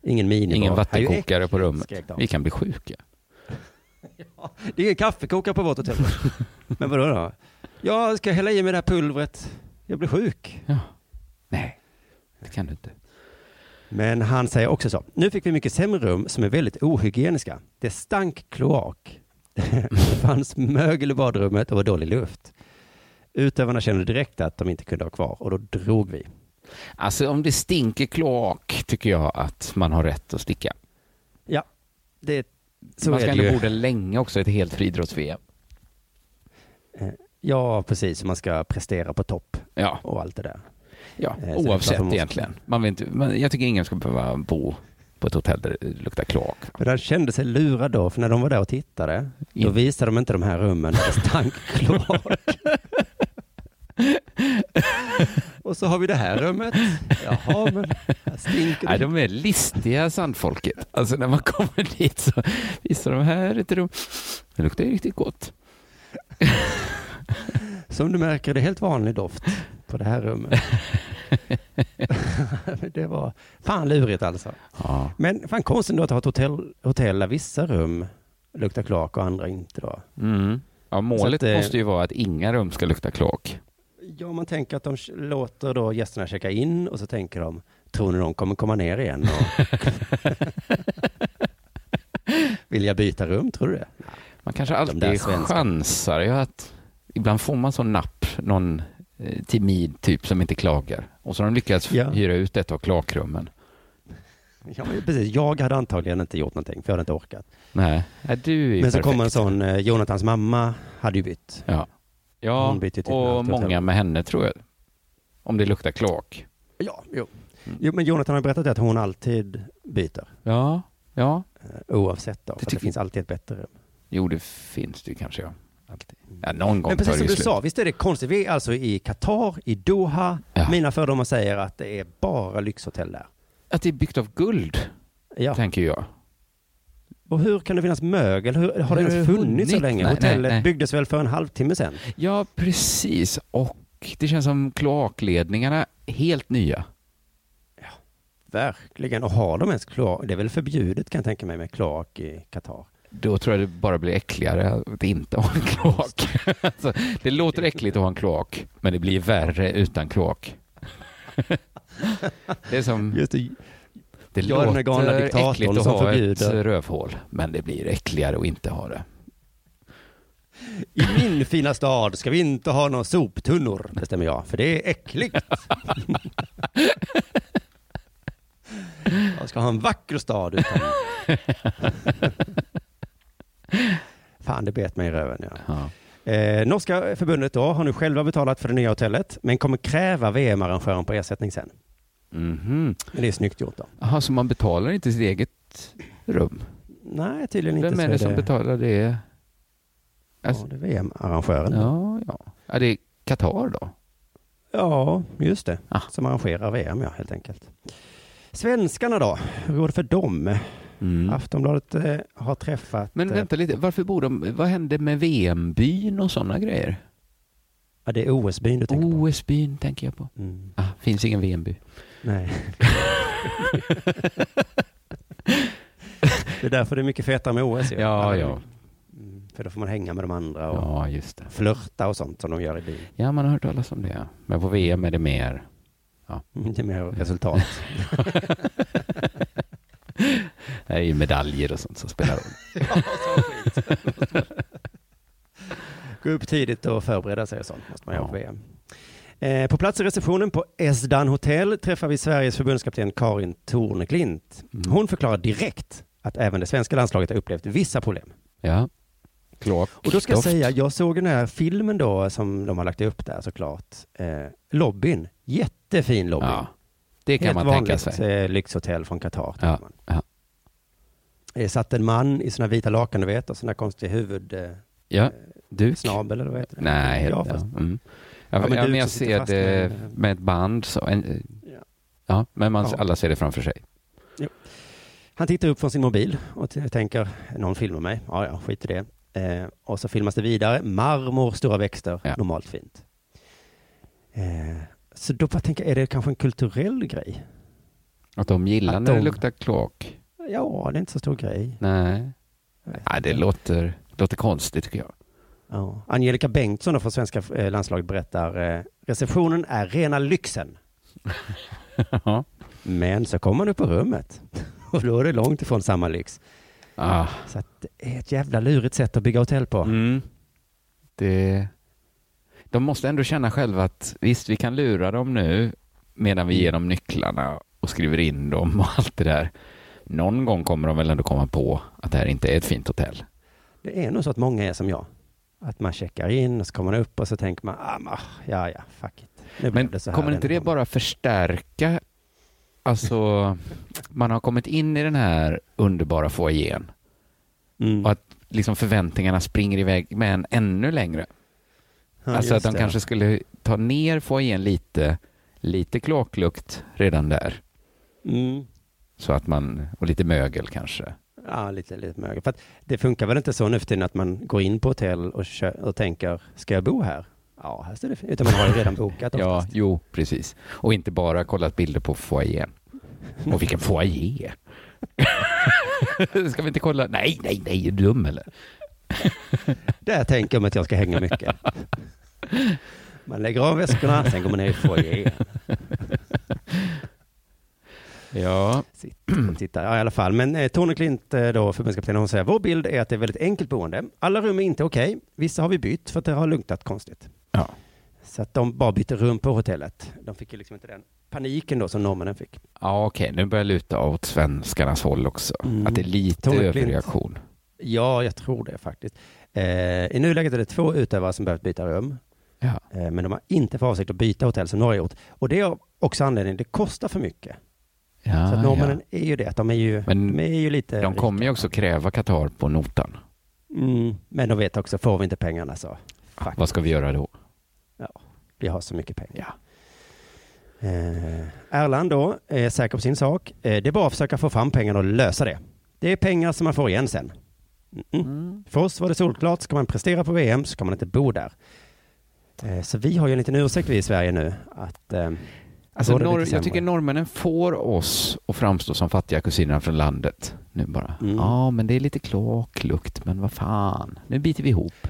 [SPEAKER 9] ingen minibar.
[SPEAKER 8] ingen
[SPEAKER 9] Här är ju
[SPEAKER 8] vattenkokare på
[SPEAKER 9] äckligt,
[SPEAKER 8] rummet.
[SPEAKER 9] skrek de.
[SPEAKER 8] Vi kan bli sjuka.
[SPEAKER 9] Det är ingen kaffekokare på vårt hotell. Men vadå då? Jag ska hälla i mig det här pulvret. Jag blir sjuk.
[SPEAKER 8] Ja. Nej, det kan du inte.
[SPEAKER 9] Men han säger också så. Nu fick vi mycket sämre rum som är väldigt ohygieniska. Det stank kloak. det fanns mögel i badrummet och var dålig luft. Utövarna kände direkt att de inte kunde ha kvar och då drog vi.
[SPEAKER 8] Alltså om det stinker kloak tycker jag att man har rätt att sticka.
[SPEAKER 9] Ja, det så
[SPEAKER 8] man
[SPEAKER 9] är
[SPEAKER 8] ska
[SPEAKER 9] det
[SPEAKER 8] ändå
[SPEAKER 9] ju.
[SPEAKER 8] bo där länge också, ett helt friidrotts-VM.
[SPEAKER 9] Ja, precis. Man ska prestera på topp
[SPEAKER 8] Ja.
[SPEAKER 9] och allt det där.
[SPEAKER 8] Ja,
[SPEAKER 9] Eh, så det är klart
[SPEAKER 8] oavsett
[SPEAKER 9] man måste-
[SPEAKER 8] egentligen. Man vill inte, man, jag tycker ingen ska behöva bo på ett hotell där det luktar kloak.
[SPEAKER 9] Men han kände sig lurad då, för när de var där och tittade, då
[SPEAKER 8] Ja.
[SPEAKER 9] visade de inte de här rummen där det stank kloak. och så har vi det här rummet. Jaha, men här stinker
[SPEAKER 8] Nej,
[SPEAKER 9] det.
[SPEAKER 8] de är listiga sandfolket. Alltså när man kommer dit så visar de här ett rum. Det luktar ju riktigt gott.
[SPEAKER 9] Som du märker, det är helt vanlig doft på det här rummet. det var fan lurigt alltså.
[SPEAKER 8] Ja.
[SPEAKER 9] Men fan konstigt då att ha ett hotell, hotell där vissa rum luktar kloak och andra inte då.
[SPEAKER 8] Mm. ja
[SPEAKER 9] Så
[SPEAKER 8] målet
[SPEAKER 9] att, eh,
[SPEAKER 8] måste ju vara att inga rum ska lukta kloak.
[SPEAKER 9] Ja, man tänker att de ch- låter då gästerna checka in och så tänker de, tror ni de kommer komma ner igen? Och Vill jag byta rum, tror du det?
[SPEAKER 8] Man kanske
[SPEAKER 9] där
[SPEAKER 8] alltid
[SPEAKER 9] svenskarna.
[SPEAKER 8] chansar. Jag har att, ibland får man sån napp, någon eh, timid typ som inte klagar. Och så har de lyckats
[SPEAKER 9] Ja.
[SPEAKER 8] hyra ut ett av klakrummen.
[SPEAKER 9] Ja, men precis. Jag hade antagligen inte gjort någonting, för jag hade inte orkat.
[SPEAKER 8] Nej, Nej, du är ju
[SPEAKER 9] Men så
[SPEAKER 8] perfekt.
[SPEAKER 9] kom en sån, eh, Jonathans mamma hade ju bytt.
[SPEAKER 8] Ja, ja
[SPEAKER 9] Hon bytte ju till
[SPEAKER 8] och
[SPEAKER 9] ett annat
[SPEAKER 8] många
[SPEAKER 9] hotell.
[SPEAKER 8] med henne tror jag. Om det luktar kloak.
[SPEAKER 9] Ja, jo.
[SPEAKER 8] Mm.
[SPEAKER 9] Jo, men Jonathan har berättat att hon alltid byter,
[SPEAKER 8] Ja, ja.
[SPEAKER 9] eh, oavsett då. för att Det,
[SPEAKER 8] tycker-
[SPEAKER 9] det finns alltid ett bättre rum.
[SPEAKER 8] Jo, det finns det ju kanske. Ja. Alltid. Ja, någon gång
[SPEAKER 9] Men
[SPEAKER 8] tar
[SPEAKER 9] precis
[SPEAKER 8] det
[SPEAKER 9] som
[SPEAKER 8] ju
[SPEAKER 9] du
[SPEAKER 8] slut.
[SPEAKER 9] sa, visst är det konstigt? Vi är alltså i Qatar, i Doha.
[SPEAKER 8] Ja.
[SPEAKER 9] Mina fördomar säger att det är bara lyxhotell där.
[SPEAKER 8] Att det är byggt av guld,
[SPEAKER 9] Ja.
[SPEAKER 8] tänker jag.
[SPEAKER 9] Och hur kan det finnas mögel? Hur, har det
[SPEAKER 8] Hur
[SPEAKER 9] ens
[SPEAKER 8] har det
[SPEAKER 9] funnits så
[SPEAKER 8] hunnit?
[SPEAKER 9] länge?
[SPEAKER 8] Nej,
[SPEAKER 9] Hotellet
[SPEAKER 8] nej, nej.
[SPEAKER 9] byggdes väl för en halvtimme sedan?
[SPEAKER 8] Ja, precis. Och det känns som kloakledningarna helt nya.
[SPEAKER 9] Verkligen. Och har de ens kloak? Det är väl förbjudet kan jag tänka mig med kloak i Qatar.
[SPEAKER 8] Då tror jag det bara blir äckligare att inte ha en kloak. Alltså, det låter äckligt att ha en kloak, men det blir värre utan kloak. Det är som,
[SPEAKER 9] Just det.
[SPEAKER 8] det
[SPEAKER 9] jag är den här galna
[SPEAKER 8] låter
[SPEAKER 9] diktatorn
[SPEAKER 8] äckligt att
[SPEAKER 9] som
[SPEAKER 8] ha ett
[SPEAKER 9] förbjuder.
[SPEAKER 8] rövhål, men det blir äckligare att inte ha det.
[SPEAKER 9] I min fina stad ska vi inte ha några soptunnor, bestämmer jag, för det är äckligt. jag ska ha en vacker stad utan... Fan, det bet mig i röven. Ja.
[SPEAKER 8] Ja.
[SPEAKER 9] Eh, Norska förbundet då har nu själva betalat för det nya hotellet, men kommer kräva VM-arrangören på ersättning sen.
[SPEAKER 8] Mhm.
[SPEAKER 9] Men det är snyggt gjort då.
[SPEAKER 8] Jaha, så man betalar inte sitt eget rum?
[SPEAKER 9] Nej, tydligen inte.
[SPEAKER 8] Vem
[SPEAKER 9] så
[SPEAKER 8] är det som betalar det?
[SPEAKER 9] Alltså, det är VM-arrangören.
[SPEAKER 8] Ja, ja. ja, det är Qatar då?
[SPEAKER 9] Ja, just det.
[SPEAKER 8] Ah.
[SPEAKER 9] Som arrangerar VM, ja, helt enkelt. Svenskarna då? Hur går det för dem? Aftonbladet eh, har träffat...
[SPEAKER 8] Mm. Men
[SPEAKER 9] eh,
[SPEAKER 8] vänta lite, varför bor de, vad hände med VM-byn och sådana grejer?
[SPEAKER 9] Ja, det är OS-byn du Mm.
[SPEAKER 8] tänker på. OS-byn tänker jag på. Ah, finns ingen VM-by.
[SPEAKER 9] Nej. det är därför det är mycket fetare med OS. ju.
[SPEAKER 8] Ja, ja.
[SPEAKER 9] Mm, För då får man hänga med de andra och
[SPEAKER 8] Ja, just det.
[SPEAKER 9] flörta och sånt som de gör i byn.
[SPEAKER 8] Ja, man har hört talas om det. ja. Men på VM är det mer... Ja.
[SPEAKER 9] Det är mer
[SPEAKER 8] Mm.
[SPEAKER 9] resultat.
[SPEAKER 8] det är ju medaljer och sånt som spelar roll.
[SPEAKER 9] Ja, sån skit. Gå upp tidigt och förbereda sig och sånt måste man göra på VM. Eh, På plats i receptionen på Esdan Hotel träffar vi Sveriges förbundskapten Karin Torneklint.
[SPEAKER 8] Mm.
[SPEAKER 9] Hon förklarar direkt att även det svenska landslaget har upplevt vissa problem.
[SPEAKER 8] Ja. Kloak.
[SPEAKER 9] Och då ska jag
[SPEAKER 8] doft.
[SPEAKER 9] säga, jag såg den här filmen då som de har lagt upp där såklart. Eh, lobbyn, jättefin lobby.
[SPEAKER 8] Ja, det kan
[SPEAKER 9] Helt
[SPEAKER 8] man tänka
[SPEAKER 9] vanligt,
[SPEAKER 8] sig.
[SPEAKER 9] Eh, lyxhotell från Qatar.
[SPEAKER 8] Ja,
[SPEAKER 9] tänker man. Eh, satt en man i såna vita lakan du vet och såna konstiga huvud... Eh,
[SPEAKER 8] Ja, duk.
[SPEAKER 9] Snabel eller vad heter det?
[SPEAKER 8] Nej,
[SPEAKER 9] ja,
[SPEAKER 8] helt ja,
[SPEAKER 9] fast-
[SPEAKER 8] mm. ja,
[SPEAKER 9] Ja,
[SPEAKER 8] men,
[SPEAKER 9] men
[SPEAKER 8] ja,
[SPEAKER 9] du
[SPEAKER 8] men jag
[SPEAKER 9] som sitter
[SPEAKER 8] ser
[SPEAKER 9] fast
[SPEAKER 8] det
[SPEAKER 9] med- eh,
[SPEAKER 8] med ett band. Så en, ja, men man,
[SPEAKER 9] Ja.
[SPEAKER 8] alla ser det framför sig.
[SPEAKER 9] Han tittar upp från sin mobil och t- tänker, någon filmar mig. Ja, ja, skit i det. Eh, och så filmas det vidare. Marmor, stora växter, normalt fint. Eh, så då bara tänker jag, är det kanske en kulturell grej?
[SPEAKER 8] Att de gillar
[SPEAKER 9] Att
[SPEAKER 8] när det
[SPEAKER 9] de-
[SPEAKER 8] luktar kloak.
[SPEAKER 9] Ja, det är inte så stor grej.
[SPEAKER 8] Nej. Nej, det låter, låter konstigt tycker jag.
[SPEAKER 9] Ja. Angelica Bengtsson då från svenska eh, landslaget berättar, eh, receptionen är rena lyxen. Men så kommer man upp på rummet och då är det långt ifrån samma lyx.
[SPEAKER 8] Ah.
[SPEAKER 9] Så att det är ett jävla lurigt sätt att bygga hotell
[SPEAKER 8] Mm.
[SPEAKER 9] på.
[SPEAKER 8] Det, de måste ändå känna själva att visst, vi kan lura dem nu medan vi ger dem nycklarna och skriver in dem och allt det där. Någon gång kommer de väl ändå komma på att det här inte är ett fint hotell.
[SPEAKER 9] Det är nog så att många är som jag. Att man checkar in och så kommer man upp och så tänker man, ah, ma, ja, ja, fuck it. Nu blev
[SPEAKER 8] Men
[SPEAKER 9] det så här
[SPEAKER 8] kommer
[SPEAKER 9] den
[SPEAKER 8] inte
[SPEAKER 9] här
[SPEAKER 8] det bara förstärka, alltså man har kommit in i den här underbara foajén
[SPEAKER 9] Mm.
[SPEAKER 8] och att liksom förväntningarna springer iväg med en ännu längre.
[SPEAKER 9] Ja,
[SPEAKER 8] alltså att
[SPEAKER 9] just
[SPEAKER 8] de
[SPEAKER 9] det.
[SPEAKER 8] kanske skulle ta ner foajén lite, lite kloaklukt redan där.
[SPEAKER 9] Mm.
[SPEAKER 8] Så att man, och lite mögel kanske.
[SPEAKER 9] Ja, lite, lite mögel. För att det funkar väl inte så nu för tiden att man går in på hotell och, kö- och tänker, ska jag bo här? Ja, här står det fint. Utan man har ju redan bokat
[SPEAKER 8] Ja, jo, precis. Och inte bara kollat bilder på foajén. Och vilken foajé! Ska vi inte kolla? Nej, nej, nej, är du dum eller?
[SPEAKER 9] Där tänker jag mig att jag ska hänga mycket. Man lägger av väskorna, sen går man ner i foajén.
[SPEAKER 8] Ja.
[SPEAKER 9] Sitter och tittar. Ja, i alla fall. Men eh, Tony Klint, eh, då, förbundskaptenen, hon säger vår bild är att det är väldigt enkelt boende. Alla rum är inte okej. Vissa har vi bytt för att det har lugnat konstigt.
[SPEAKER 8] Ja.
[SPEAKER 9] Så att de bara bytte rum på hotellet. De fick ju liksom inte den paniken då som norrmännen fick.
[SPEAKER 8] Ja, okej, nu börjar jag luta åt svenskarnas håll också.
[SPEAKER 9] Mm.
[SPEAKER 8] Att det är lite
[SPEAKER 9] Tony Klint.
[SPEAKER 8] överreaktion.
[SPEAKER 9] Ja, jag tror det faktiskt. Eh, I nuläget är det två utövare som behövt byta rum. Eh, men de har inte för avsikt att byta hotell som Norge har gjort. Och det är också anledningen, det kostar för mycket.
[SPEAKER 8] Ah, Ja,
[SPEAKER 9] så att norrmännen är ju det, att de är ju,
[SPEAKER 8] Men
[SPEAKER 9] de är ju lite...
[SPEAKER 8] De kommer ju också kräva Qatar på notan.
[SPEAKER 9] Mm, men de vet också, får vi inte pengarna så, fuck.
[SPEAKER 8] Vad ska vi göra då?
[SPEAKER 9] Ja, vi har så mycket pengar. Eh, Erland då är säker på sin sak. Eh, det är bara att försöka få fram pengarna och lösa det. Det är pengar som man får igen sen. Mm-mm. För oss var det solklart, ska man prestera på VM så ska man inte bo där. Eh, så vi har ju en liten ursäkt vi i Sverige nu att eh,
[SPEAKER 8] Alltså,
[SPEAKER 9] går det lite
[SPEAKER 8] norr,
[SPEAKER 9] sämre.
[SPEAKER 8] jag tycker norrmännen får oss att framstå som fattiga kusinerna från landet nu bara.
[SPEAKER 9] Mm.
[SPEAKER 8] Ja, men det är lite kloaklukt, men vad fan. Nu biter vi ihop.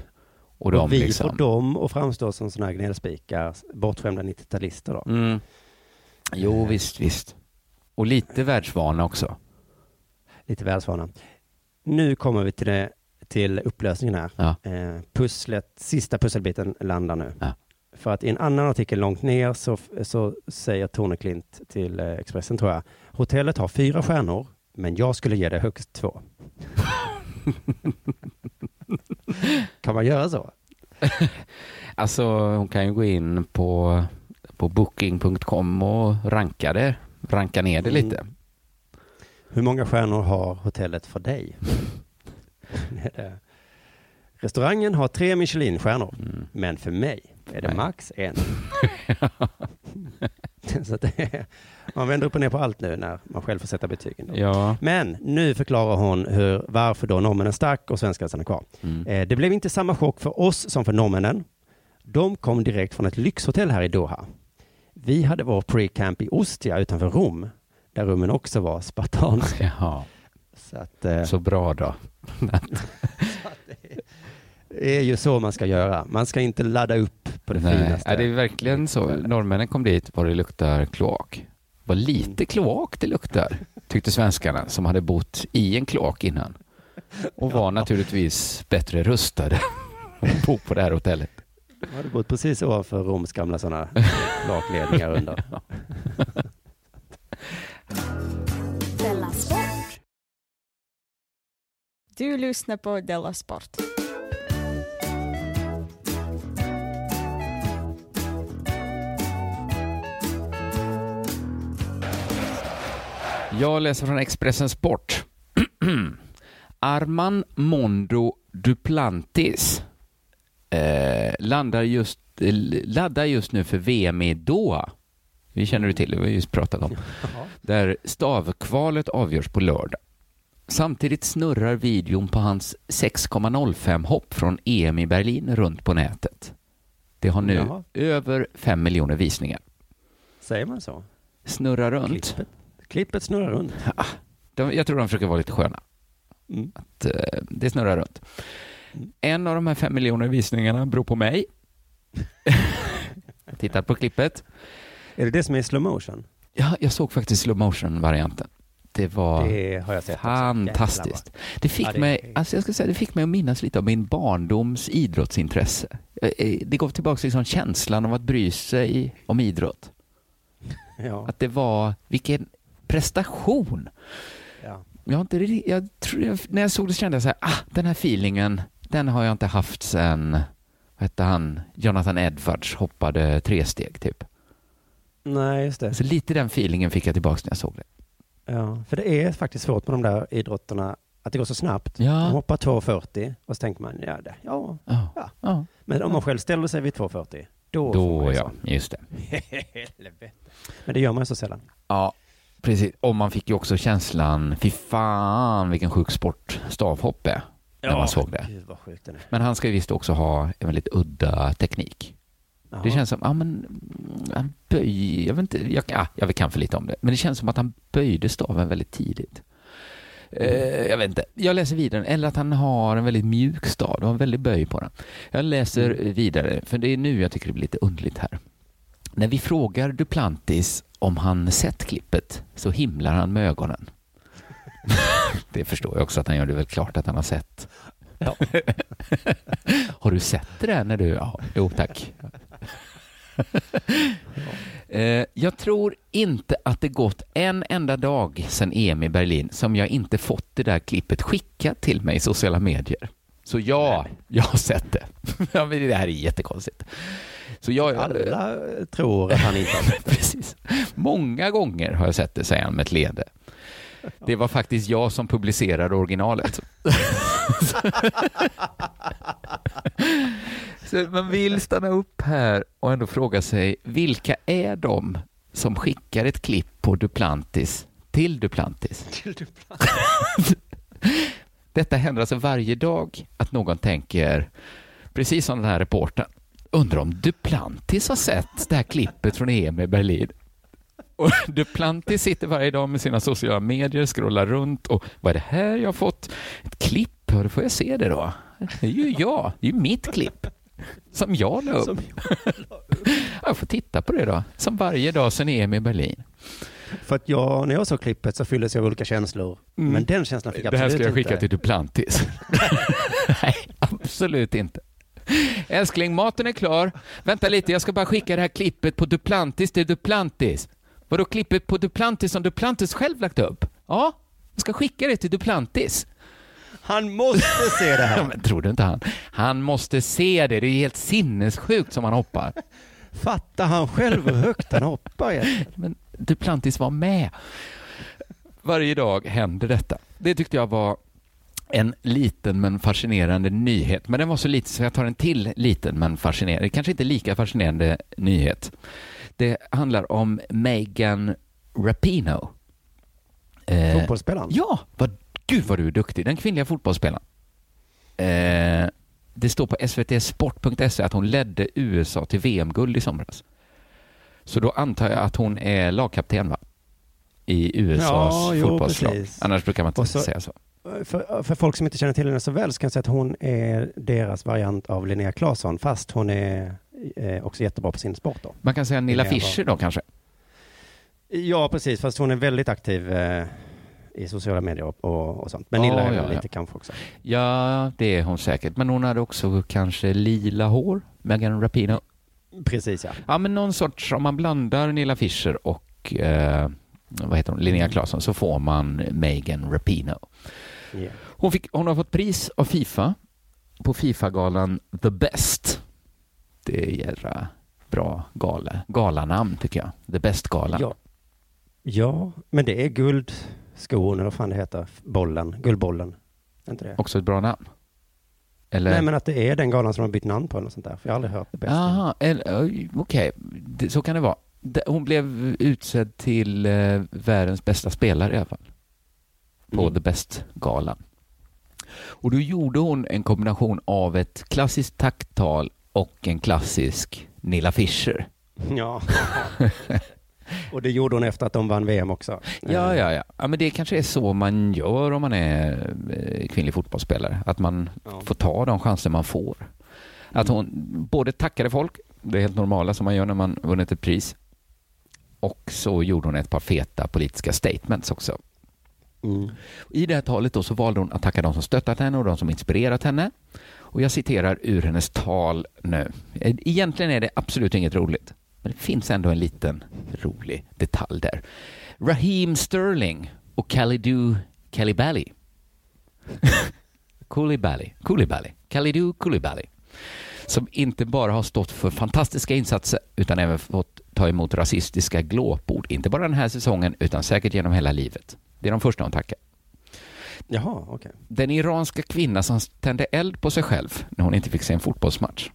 [SPEAKER 8] Och de
[SPEAKER 9] och vi
[SPEAKER 8] liksom.
[SPEAKER 9] får dem att framstå som sådana här gnällspikar, bortskämda 90-talister då.
[SPEAKER 8] Mm.
[SPEAKER 9] Eh.
[SPEAKER 8] Jo, visst, visst. Och lite världsvana också.
[SPEAKER 9] Lite världsvana. Nu kommer vi till, det, till upplösningen här.
[SPEAKER 8] Ja.
[SPEAKER 9] Eh, pusslet, sista pusselbiten landar nu. För att i en annan artikel långt ner så, så säger Torneklint till eh, Expressen tror jag, hotellet har fyra stjärnor, men jag skulle ge det högst två. kan man göra så?
[SPEAKER 8] Alltså, hon kan ju gå in på, på booking.com och ranka det. Ranka ner det
[SPEAKER 9] Mm.
[SPEAKER 8] lite.
[SPEAKER 9] Hur många stjärnor har hotellet för dig? är det Restaurangen har tre Michelinstjärnor, men för mig är det max en. Så att det är, man vänder upp och ner på allt nu när man själv får sätta betygen. då.
[SPEAKER 8] Ja.
[SPEAKER 9] Men nu förklarar hon hur, varför då norrmännen stack och svenskarna stannade kvar.
[SPEAKER 8] Mm.
[SPEAKER 9] Eh, Det blev inte samma chock för oss som för norrmännen. De kom direkt från ett lyxhotell här i Doha. Vi hade vår pre-camp i Ostia utanför Rom, där rummen också var spartanska. Så, att, eh,
[SPEAKER 8] Så bra då.
[SPEAKER 9] Det är ju så man ska göra. Man ska inte ladda upp på det
[SPEAKER 8] Nej,
[SPEAKER 9] finaste.
[SPEAKER 8] är det är verkligen så. Norrmännen kom dit och det luktar kloak. Vad lite kloak det luktar, tyckte svenskarna som hade bott i en kloak innan. Och var naturligtvis bättre rustade att bo på det här hotellet.
[SPEAKER 9] Man hade bott precis ovanför Roms gamla sådana lakledningar under.
[SPEAKER 7] Della Sport.
[SPEAKER 12] Du lyssnar på Della Sport.
[SPEAKER 8] Jag läser från Expressen Sport. Arman Mondo Duplantis eh, landar just, eh, laddar just nu för VM i Doha. Vi känner du till, det har vi har just pratat om. Där stavkvalet avgörs på lördag. Samtidigt snurrar videon på hans 6,05-hopp från EM i Berlin runt på nätet. Det har nu
[SPEAKER 9] Jaha.
[SPEAKER 8] över 5 miljoner visningar.
[SPEAKER 9] Säger man så?
[SPEAKER 8] Snurrar runt.
[SPEAKER 9] Klippet, klippet snurrar runt.
[SPEAKER 8] De, jag tror de försöker vara lite sköna.
[SPEAKER 9] Mm.
[SPEAKER 8] Att, eh, det snurrar runt. En av de här fem miljoner visningarna beror på mig. jag tittar på klippet.
[SPEAKER 9] Är det det som är slow motion?
[SPEAKER 8] Ja, jag såg faktiskt slow motion varianten Det var
[SPEAKER 9] Det har jag sett också.
[SPEAKER 8] fantastiskt.
[SPEAKER 9] Jävlar
[SPEAKER 8] Det fick,
[SPEAKER 9] Ja, det-
[SPEAKER 8] mig, alltså jag ska säga, det fick mig att minnas lite av min barndoms idrottsintresse. Eh, eh, Det gav tillbaka liksom känslan av att bry sig om idrott.
[SPEAKER 9] Ja.
[SPEAKER 8] Att det var, vilken prestation!
[SPEAKER 9] Ja.
[SPEAKER 8] Jag har inte, riktigt- jag tror, jag, när jag såg det kände jag så här, ah, den här feelingen, den har jag inte haft sen, vad hette han, Jonathan Edwards hoppade tre steg typ.
[SPEAKER 9] Nej, just det.
[SPEAKER 8] Så lite den feelingen fick jag tillbaka när jag såg det.
[SPEAKER 9] Ja, för det är faktiskt svårt med de där idrotterna, att det går så snabbt. Man hoppar 2,40 och så tänker man, ja, det, ja.
[SPEAKER 8] Ja. Ja.
[SPEAKER 9] Men om man själv ställer sig vid 2,40, då, får
[SPEAKER 8] Då
[SPEAKER 9] man ju
[SPEAKER 8] ja,
[SPEAKER 9] sån.
[SPEAKER 8] just det.
[SPEAKER 9] Helvete. Men det gör man ju så sällan.
[SPEAKER 8] Ja, precis. Och man fick ju också känslan, fy fan vilken sjuk sport stavhopp är, när man såg det.
[SPEAKER 9] Gud vad sjukt den är.
[SPEAKER 8] Men han ska ju visst också ha en väldigt udda teknik.
[SPEAKER 9] Jaha.
[SPEAKER 8] Det känns som, ja men, mm, han böj, jag vet inte, jag, ja, jag kan för lite om det, men det känns som att han böjde staven väldigt tidigt. Eh, jag vet inte, jag läser vidare, eller att han har en väldigt mjuk stav, det var en väldig böj på den. Jag läser vidare, för det är nu jag tycker det blir lite underligt här. När vi frågar Duplantis om han sett klippet så himlar han med ögonen. det förstår jag också att han gör, det är väl klart att han har sett. har du sett det där när du... Ja, jo tack. Eh, jag tror inte att det gått en enda dag sedan EM i Berlin som jag inte fått det där klippet skickat till mig i sociala medier. Så ja, jag har sett det. Ja, men det här är jättekonstigt. Så jag,
[SPEAKER 9] Alla tror att han inte har sett
[SPEAKER 8] Precis. Många gånger har jag sett det, säger han med ett leende. Det var faktiskt jag som publicerade originalet. Så man vill stanna upp här och ändå fråga sig vilka är de som skickar ett klipp på Duplantis till Duplantis? Detta händer alltså varje dag att någon tänker, precis som den här reportern, undrar om Duplantis har sett det här klippet från EM i Berlin? Och Duplantis sitter varje dag med sina sociala medier, scrollar runt och vad är det här jag har fått? Ett klipp, hur får jag se det då? Det är ju jag, det är ju mitt klipp. Som jag la upp. jag får titta på det då. Som varje dag sen EM i Berlin.
[SPEAKER 9] För att jag, när jag såg klippet så fylldes jag av olika känslor.
[SPEAKER 8] Mm.
[SPEAKER 9] Men den känslan fick jag
[SPEAKER 8] Det här
[SPEAKER 9] absolut
[SPEAKER 8] ska jag skicka
[SPEAKER 9] inte.
[SPEAKER 8] till Duplantis. Nej, absolut inte. Älskling, maten är klar. Vänta lite, jag ska bara skicka det här klippet på Duplantis till Duplantis. Vadå klippet på Duplantis som Duplantis själv lagt upp? Ja, jag ska skicka det till Duplantis.
[SPEAKER 9] Han måste se det
[SPEAKER 8] Ja,
[SPEAKER 9] här.
[SPEAKER 8] men tror du inte han? Han måste se det, det är helt sinnessjukt som han hoppar.
[SPEAKER 9] Fattar han själv hur högt han hoppar? egentligen?
[SPEAKER 8] Men Duplantis var med. Varje dag händer detta. Det tyckte jag var en liten men fascinerande nyhet. Men den var så liten så jag tar en till liten men fascinerande, kanske inte lika fascinerande nyhet. Det handlar om Megan Rapinoe. Eh,
[SPEAKER 9] Fotbollsspelaren?
[SPEAKER 8] Ja, vad, gud vad du är duktig. Den kvinnliga fotbollsspelaren. Eh, det står på svtsport.se E att hon ledde USA till VM-guld i somras. Så då antar jag att hon är lagkapten va? I USAs
[SPEAKER 9] Ja, jo,
[SPEAKER 8] fotbollslag.
[SPEAKER 9] precis.
[SPEAKER 8] Annars brukar man inte
[SPEAKER 9] Och så-
[SPEAKER 8] säga så.
[SPEAKER 9] För, för folk som inte känner till henne så väl så kan jag säga att hon är deras variant av Linnea Claesson, fast hon är eh, också jättebra på sin sport. Då.
[SPEAKER 8] Man kan säga Nilla
[SPEAKER 9] Linnea var-
[SPEAKER 8] Fischer då kanske?
[SPEAKER 9] Ja, precis, fast hon är väldigt aktiv eh, i sociala medier och, och, och sånt. Men
[SPEAKER 8] Ja,
[SPEAKER 9] Nilla är
[SPEAKER 8] ja,
[SPEAKER 9] väl
[SPEAKER 8] ja.
[SPEAKER 9] lite kanske också.
[SPEAKER 8] Ja, det är hon säkert. Men hon hade också kanske lila hår, Megan Rapinoe.
[SPEAKER 9] Precis, ja.
[SPEAKER 8] Ja, men någon sorts, om man blandar Nilla Fischer och eh, vad heter hon,
[SPEAKER 9] Mm.
[SPEAKER 8] Linnea Claesson så får man Megan Rapinoe.
[SPEAKER 9] Yeah.
[SPEAKER 8] Hon, fick, hon har fått pris av Fifa på Fifa-galan The Best. Det är jävla bra gala, galanamn tycker jag. The Best-galan.
[SPEAKER 9] Ja. ja, men det är guldskon, eller vad fan det heter, bollen, guldbollen. Är inte det?
[SPEAKER 8] Också ett bra namn. Eller?
[SPEAKER 9] Nej, men att det är den galan som de har bytt namn på eller något sånt där, för jag har aldrig hört det bäst.
[SPEAKER 8] Jaha, eller- oj, okej. Det- Så kan det vara. Det- Hon blev utsedd till eh, världens bästa spelare i alla fall. På
[SPEAKER 9] Mm.
[SPEAKER 8] The Best-galan. Och då gjorde hon en kombination av ett klassiskt takttal och en klassisk Nilla Fischer.
[SPEAKER 9] Ja. och det gjorde hon efter att de vann VM också. Eh,
[SPEAKER 8] Ja, ja, ja. ja men det kanske är så man gör om man är eh, kvinnlig fotbollsspelare. Att man får ta de chanser man får. Att hon både tackade folk, det är helt normala som man gör när man vunnit ett pris. Och så gjorde hon ett par feta politiska statements också.
[SPEAKER 9] mm.
[SPEAKER 8] I det här talet då så valde hon att tacka de som stöttat henne och de som inspirerat henne. Och jag citerar ur hennes tal nu. E- Egentligen är det absolut inget roligt. Men det finns ändå en liten rolig detalj där. Raheem Sterling och Kalidou Kalibali. Koulibaly, Koulibaly, Kalidou Koulibaly. Som inte bara har stått för fantastiska insatser utan även fått ta emot rasistiska glåpord. Inte bara den här säsongen utan säkert genom hela livet. Det är de första hon tackar.
[SPEAKER 9] Jaha, okej.
[SPEAKER 8] Den iranska kvinna som tände eld på sig själv när hon inte fick se en fotbollsmatch.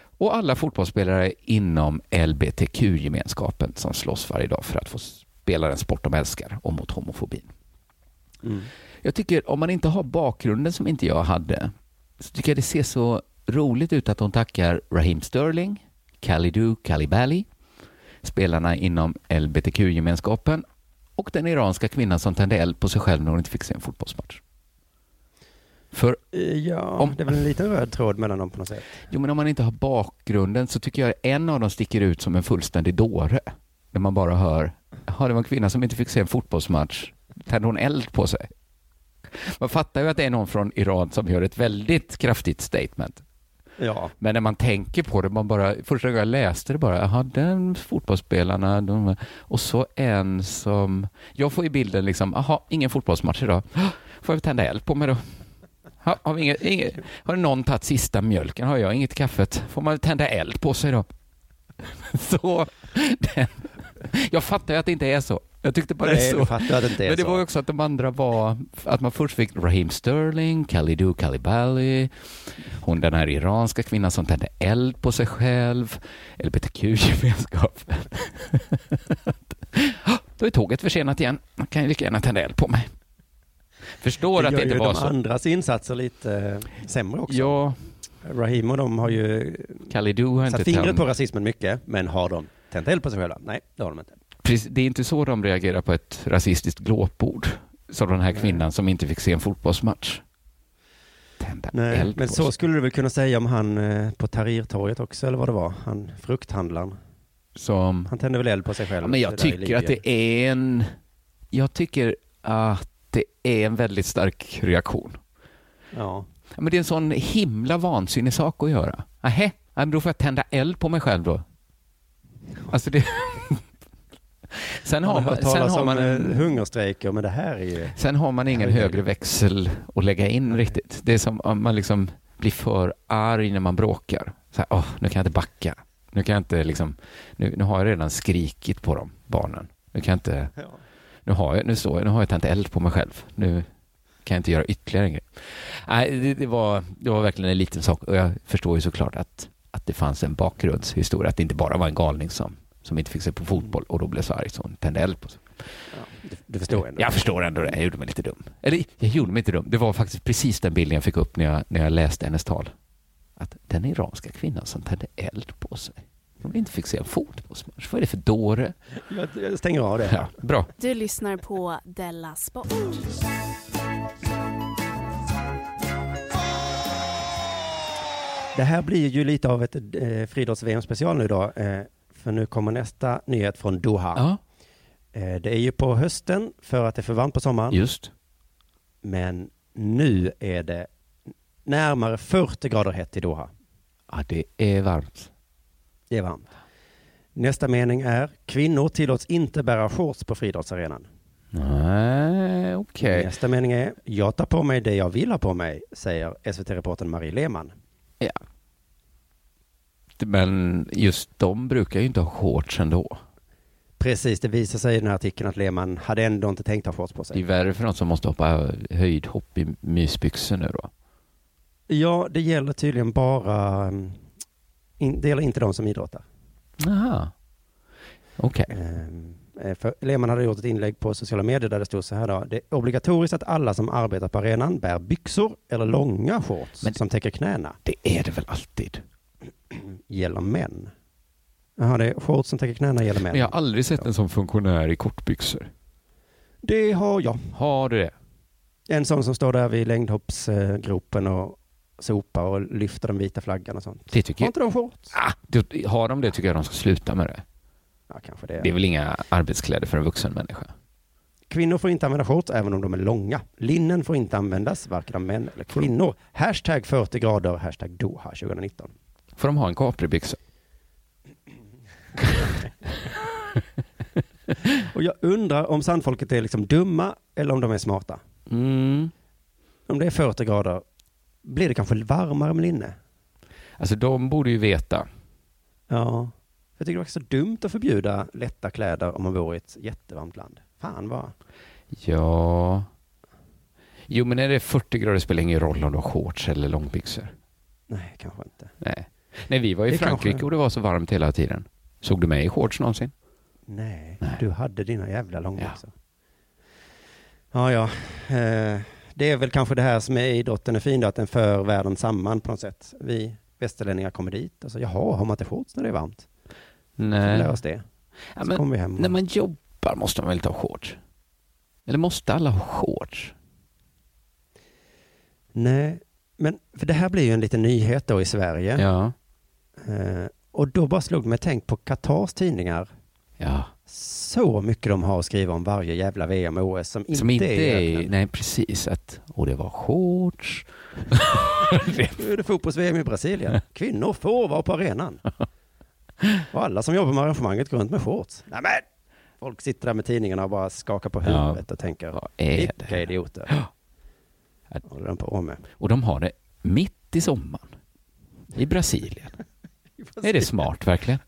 [SPEAKER 8] Och alla fotbollsspelare inom LBTQ-gemenskapen som slåss varje dag för att få spela den sport de älskar och mot homofobin. Jag tycker om man inte har bakgrunden som inte jag hade så tycker jag det ser så roligt ut att hon tackar Raheem Sterling, Kalidou Kalibali, spelarna inom LBTQ-gemenskapen och den iranska kvinnan som tände eld på sig själv när hon inte fick se en fotbollsmatch. För
[SPEAKER 9] Eh, Ja, det är väl en liten röd tråd mellan dem på något sätt.
[SPEAKER 8] Jo, men om man inte har bakgrunden så tycker jag en av dem sticker ut som en fullständig dåre. När man bara hör, jaha, det var en kvinna som inte fick se en fotbollsmatch. Tände hon eld på sig? Man fattar ju att det är någon från Iran som gör ett väldigt kraftigt statement.
[SPEAKER 9] Ja.
[SPEAKER 8] Men när man tänker på det, man bara, första gången jag läste det bara, jaha, den fotbollsspelarna, de, och så en som, jag får i bilden liksom, jaha, ingen fotbollsmatch idag, får jag väl tända eld på mig då? Ha, har, vi inget, inget, har någon tagit sista mjölken? Har jag inget kaffet? Får man tända eld på sig då? Så, den, jag fattar ju att det inte är så. Jag tyckte bara
[SPEAKER 9] Nej,
[SPEAKER 8] det är
[SPEAKER 9] du
[SPEAKER 8] så.
[SPEAKER 9] fattar att det inte är
[SPEAKER 8] Men det
[SPEAKER 9] så.
[SPEAKER 8] var ju också att de andra var, att man först fick Raheem Sterling, Khalidou Kalibali, hon den här iranska kvinnan som tände eld på sig själv, LBTQ-gemenskapen. Ah, Då är tåget försenat igen. Man kan ju lika gärna tända eld på mig. Förstår
[SPEAKER 9] det
[SPEAKER 8] att
[SPEAKER 9] gör
[SPEAKER 8] det inte
[SPEAKER 9] ju
[SPEAKER 8] var
[SPEAKER 9] de
[SPEAKER 8] så.
[SPEAKER 9] andras insatser lite eh, sämre också.
[SPEAKER 8] Ja.
[SPEAKER 9] Rahim och de har ju
[SPEAKER 8] Kalidou har
[SPEAKER 9] satt
[SPEAKER 8] inte
[SPEAKER 9] fingret
[SPEAKER 8] tänt.
[SPEAKER 9] på rasismen mycket, men har de tänt eld på sig själva? Nej, det har de inte.
[SPEAKER 8] Precis, det är inte så de reagerar på ett rasistiskt glåpord. Som den här kvinnan som inte fick se en fotbollsmatch. Tända
[SPEAKER 9] Nej,
[SPEAKER 8] eld
[SPEAKER 9] men
[SPEAKER 8] på
[SPEAKER 9] så
[SPEAKER 8] sig.
[SPEAKER 9] skulle du väl kunna säga om han eh, på Tahrirtorget också, eller vad det var, han frukthandlaren.
[SPEAKER 8] Som...
[SPEAKER 9] Han tände väl eld på sig själv.
[SPEAKER 8] Ja, men jag
[SPEAKER 9] det där i
[SPEAKER 8] tycker att
[SPEAKER 9] Libyen.
[SPEAKER 8] det är en... Jag tycker att det är en väldigt stark reaktion.
[SPEAKER 9] Ja.
[SPEAKER 8] Men det är en sån himla vansinnig sak att göra. Nähä, ja, men då får jag tända eld på mig själv då. Alltså det... sen har
[SPEAKER 9] Man har
[SPEAKER 8] man,
[SPEAKER 9] hört talas
[SPEAKER 8] sen har
[SPEAKER 9] om
[SPEAKER 8] man en...
[SPEAKER 9] eh, hungerstrejker, men det här är ju...
[SPEAKER 8] Sen har man ingen högre växel att lägga in riktigt. Det är som om man liksom blir för arg när man bråkar. Så här, "Åh, nu kan jag inte backa. Nu kan jag inte liksom, nu, nu har jag redan skrikit på dem, barnen. Nu kan jag inte, nu har jag, nu står jag, nu har jag tänt eld på mig själv. Nu, kan jag inte göra ytterligare en grej? Nej, det, det, var, det var verkligen en liten sak och jag förstår ju såklart att, att det fanns en bakgrundshistoria, att det inte bara var en galning som, som inte fick se på fotboll och då blev så arg så hon tände eld på sig.
[SPEAKER 9] Du, du förstår ändå?
[SPEAKER 8] Jag förstår ändå det, jag gjorde mig lite dum. Eller jag gjorde mig inte dum, det var faktiskt precis den bilden jag fick upp när jag, när jag läste hennes tal. Att den iranska kvinnan som tände eld på sig, hon inte fick se en fotbollsmatch. Vad är det för dåre?
[SPEAKER 9] Jag, jag stänger av det.
[SPEAKER 8] Ja, bra.
[SPEAKER 7] Du lyssnar på Della Sport.
[SPEAKER 9] Det här blir ju lite av ett eh, friidrotts-VM special nu då, eh, för nu kommer nästa nyhet från Doha.
[SPEAKER 8] Ja.
[SPEAKER 9] Eh, det är ju på hösten för att det är för varmt på sommaren.
[SPEAKER 8] Just.
[SPEAKER 9] Men nu är det närmare 40 grader hett i Doha.
[SPEAKER 8] Ja, det är varmt.
[SPEAKER 9] Det är varmt. Nästa mening är kvinnor tillåts inte bära shorts på friidrottsarenan.
[SPEAKER 8] Nej, okej.
[SPEAKER 9] Nästa mening är jag tar på mig det jag vill ha på mig, säger SVT-reportern Marie Lehmann.
[SPEAKER 8] Ja. Men just de brukar ju inte ha shorts ändå.
[SPEAKER 9] Precis, det visar sig i den här artikeln att Lehmann hade ändå inte tänkt ha shorts på
[SPEAKER 8] Det är
[SPEAKER 9] sig.
[SPEAKER 8] värre för de som måste hoppa höjdhopp i mysbyxor nu då.
[SPEAKER 9] Ja, det gäller tydligen bara, mm, in, det gäller inte de som idrottar.
[SPEAKER 8] Aha. Okej.
[SPEAKER 9] Ehm, eh, För Lehmann hade gjort ett inlägg på sociala medier där det stod så här då. Det är obligatoriskt att alla som arbetar på arenan bär byxor eller långa shorts
[SPEAKER 8] Men-
[SPEAKER 9] som täcker knäna.
[SPEAKER 8] Det är det väl alltid?
[SPEAKER 9] Gäller män. Jaha, det är shorts som täcker knäna gäller män.
[SPEAKER 8] Men jag har aldrig sett en sån funktionär i kortbyxor.
[SPEAKER 9] Det har jag.
[SPEAKER 8] Har du det?
[SPEAKER 9] En sån som står där vid längdhoppsgropen och sopar och lyfter den vita flaggan och sånt.
[SPEAKER 8] Det tycker
[SPEAKER 9] Har
[SPEAKER 8] jag.
[SPEAKER 9] inte de shorts?
[SPEAKER 8] Ah, det- har de det tycker jag de ska sluta med det.
[SPEAKER 9] Ja, kanske det.
[SPEAKER 8] Det är väl inga arbetskläder för en vuxen människa.
[SPEAKER 9] Kvinnor får inte använda shorts även om de är långa. Linnen får inte användas varken av män eller kvinnor. Hashtag 40 grader, hashtag Doha 2019.
[SPEAKER 8] Får de ha en kapribyxa?
[SPEAKER 9] Och jag undrar om sandfolket är liksom dumma eller om de är smarta.
[SPEAKER 8] Mm.
[SPEAKER 9] Om det är 40 grader, blir det kanske varmare med linne?
[SPEAKER 8] Alltså de borde ju veta.
[SPEAKER 9] Ja. Jag tycker det var så dumt att förbjuda lätta kläder om man bor i ett jättevarmt land. Fan vad.
[SPEAKER 8] Ja. Jo, men när det är 40 grader spelar ingen roll om du har shorts eller långbyxor.
[SPEAKER 9] Nej, kanske inte.
[SPEAKER 8] Nej. Nej, vi var i
[SPEAKER 9] Det
[SPEAKER 8] Frankrike
[SPEAKER 9] kanske-
[SPEAKER 8] och det var så varmt hela tiden. Såg du mig i shorts någonsin?
[SPEAKER 9] Nej,
[SPEAKER 8] Nej.
[SPEAKER 9] du hade dina jävla långbyxor. Ja, ja. Eh, Det är väl kanske det här som är idrotten är fin då, att den för världen samman på något sätt. Vi västerlänningar kommer dit och så, jaha, har man inte shorts när det är varmt? Så
[SPEAKER 8] Nej.
[SPEAKER 9] lär oss det.
[SPEAKER 8] Ja,
[SPEAKER 9] Så
[SPEAKER 8] men,
[SPEAKER 9] kommer vi hem.
[SPEAKER 8] när man jobbar måste man väl inte ha shorts? Eller måste alla ha shorts?
[SPEAKER 9] Nej, men för det här blir ju en liten nyhet då i Sverige.
[SPEAKER 8] Ja.
[SPEAKER 9] Eh, och då bara slog det mig, tänk på Qatars tidningar.
[SPEAKER 8] ja.
[SPEAKER 9] Så mycket de har att skriva om varje jävla VM och OS som,
[SPEAKER 8] Som inte
[SPEAKER 9] i
[SPEAKER 8] är...
[SPEAKER 9] öknen.
[SPEAKER 8] Nej, precis. Att, och det var shorts.
[SPEAKER 9] Nu är det fotbolls-VM i Brasilien. Kvinnor får vara på arenan. Och alla som jobbar med arrangemanget går runt med shorts. Nej, men! Folk sitter där med tidningarna och bara skakar på
[SPEAKER 8] Ja.
[SPEAKER 9] huvudet och tänker,
[SPEAKER 8] Vad är
[SPEAKER 9] vilka
[SPEAKER 8] det?
[SPEAKER 9] idioter.
[SPEAKER 8] Ja.
[SPEAKER 9] Vad håller de på med?
[SPEAKER 8] Och de har det mitt i sommaren. I Brasilien. Är det smart verkligen?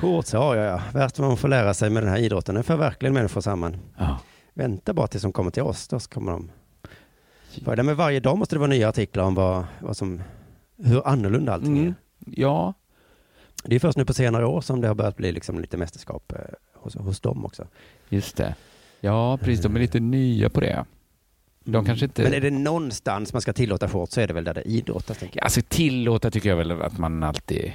[SPEAKER 9] Shorts, ja, ja, ja. Värst vad man får lära sig med den här idrotten. Den för verkligen människor samman.
[SPEAKER 8] Ja.
[SPEAKER 9] Vänta bara tills de kommer till oss, då så kommer de. För det med varje dag måste det vara nya artiklar om vad, vad som, hur annorlunda allting är.
[SPEAKER 8] Mm. Ja.
[SPEAKER 9] Det är först nu på senare år som det har börjat bli liksom lite mästerskap eh, hos, hos dem också.
[SPEAKER 8] Just det. Ja, precis. De är lite nya på det. De kanske inte...
[SPEAKER 9] Men är det någonstans man ska tillåta shorts så är det väl där det idrottas, tänker jag.
[SPEAKER 8] Alltså tillåta tycker jag väl att man alltid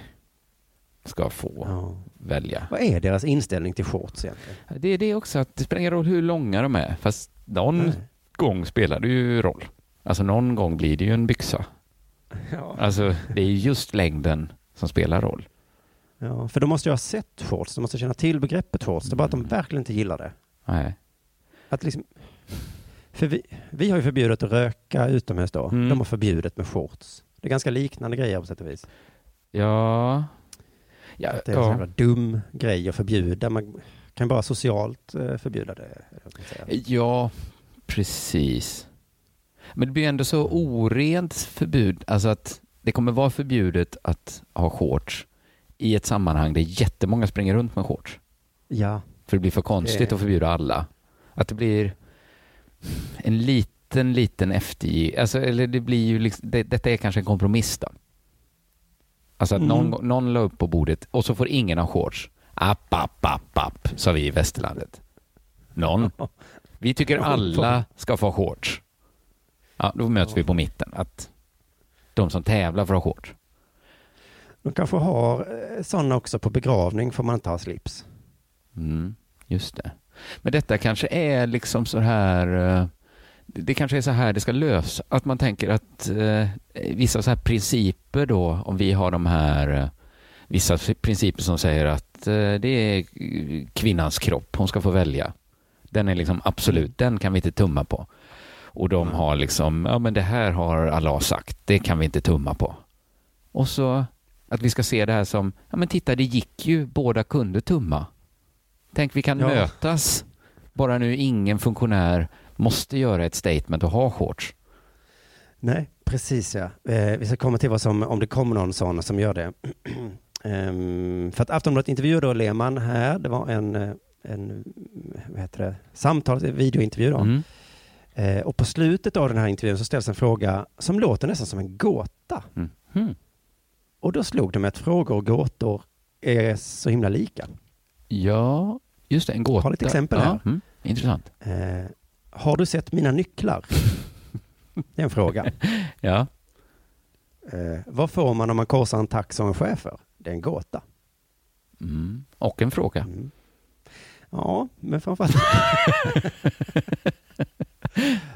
[SPEAKER 8] ska få
[SPEAKER 9] Ja.
[SPEAKER 8] välja.
[SPEAKER 9] Vad är deras inställning till shorts egentligen?
[SPEAKER 8] Det är det också att det spelar ingen roll hur långa de är. Fast någon
[SPEAKER 9] Nej.
[SPEAKER 8] gång spelar det ju roll. Alltså någon gång blir det ju en byxa.
[SPEAKER 9] Ja.
[SPEAKER 8] Alltså det är ju just längden som spelar roll.
[SPEAKER 9] ja, för de måste ju ha sett shorts, de måste känna till begreppet shorts, det är bara att de verkligen inte gillar det.
[SPEAKER 8] Nej.
[SPEAKER 9] Att liksom, för vi, vi har ju förbjudit att röka utomhus då,
[SPEAKER 8] Mm.
[SPEAKER 9] de har förbjudit med shorts. Det är ganska liknande grejer på sätt och vis.
[SPEAKER 8] Ja. Ja,
[SPEAKER 9] Att det är en sån jävla
[SPEAKER 8] ja.
[SPEAKER 9] dum grej att förbjuda, man kan bara socialt eh, förbjuda det. eller vad man ska säga.
[SPEAKER 8] ja, precis. Men det blir ändå så orent förbud. Alltså att det kommer vara förbjudet att ha shorts i ett sammanhang där jättemånga springer runt med shorts.
[SPEAKER 9] Ja.
[SPEAKER 8] För det blir för konstigt
[SPEAKER 9] Det-
[SPEAKER 8] att förbjuda alla. Att det blir en liten, liten eftergift. Alltså, eller det blir ju liksom, det, detta är kanske en kompromiss då. Alltså att någon,
[SPEAKER 13] Mm.
[SPEAKER 8] någon la upp på bordet och så får ingen ha shorts. App, app, app, app, sa vi i västerlandet. Någon. Vi tycker alla ska få ha shorts. Ja, då möts vi på mitten. Att de som tävlar får ha shorts.
[SPEAKER 9] De kanske har eh, sådana också på begravning, får man inte ha slips.
[SPEAKER 8] Mm, just det. Men detta kanske är liksom så här... eh, Det det kanske är så här det ska lösa. Att man tänker att eh, vissa så här principer då, om vi har de här... eh, Vissa f- principer som säger att eh, det är eh, kvinnans kropp, hon ska få välja. Den är liksom absolut, den kan vi inte tumma på. Och de har liksom, ja men det här har Allah sagt, det kan vi inte tumma på. Och så att vi ska se det här som, ja men titta det gick ju, båda kunde tumma. Tänk vi kan
[SPEAKER 9] Ja.
[SPEAKER 8] mötas, bara nu ingen funktionär måste göra ett statement och ha shorts.
[SPEAKER 9] Nej, precis ja. Eh, vi ska komma till vad som, om det kommer någon sån som gör det. Ehm, för att Aftonbladet intervjuade då Lehmann här. Det var en, eh, en vad heter det, samtals, videointervju då.
[SPEAKER 8] Mm.
[SPEAKER 9] Eh, och på slutet av den här intervjun så ställs en fråga som låter nästan som en gåta.
[SPEAKER 8] Mm. Hmm.
[SPEAKER 9] Och då slog de mig att frågor och gåtor är så himla lika.
[SPEAKER 8] Ja, just det, en gåta.
[SPEAKER 9] Har ett exempel
[SPEAKER 8] Ja,
[SPEAKER 9] här.
[SPEAKER 8] mm, intressant.
[SPEAKER 9] Eh, har du sett mina nycklar? det är en fråga.
[SPEAKER 8] Ja.
[SPEAKER 9] Eh, vad får man om man korsar en tax och en schäfer? Det är en gåta. Mm.
[SPEAKER 8] Mm. Och en fråga.
[SPEAKER 9] Ja, men framförallt...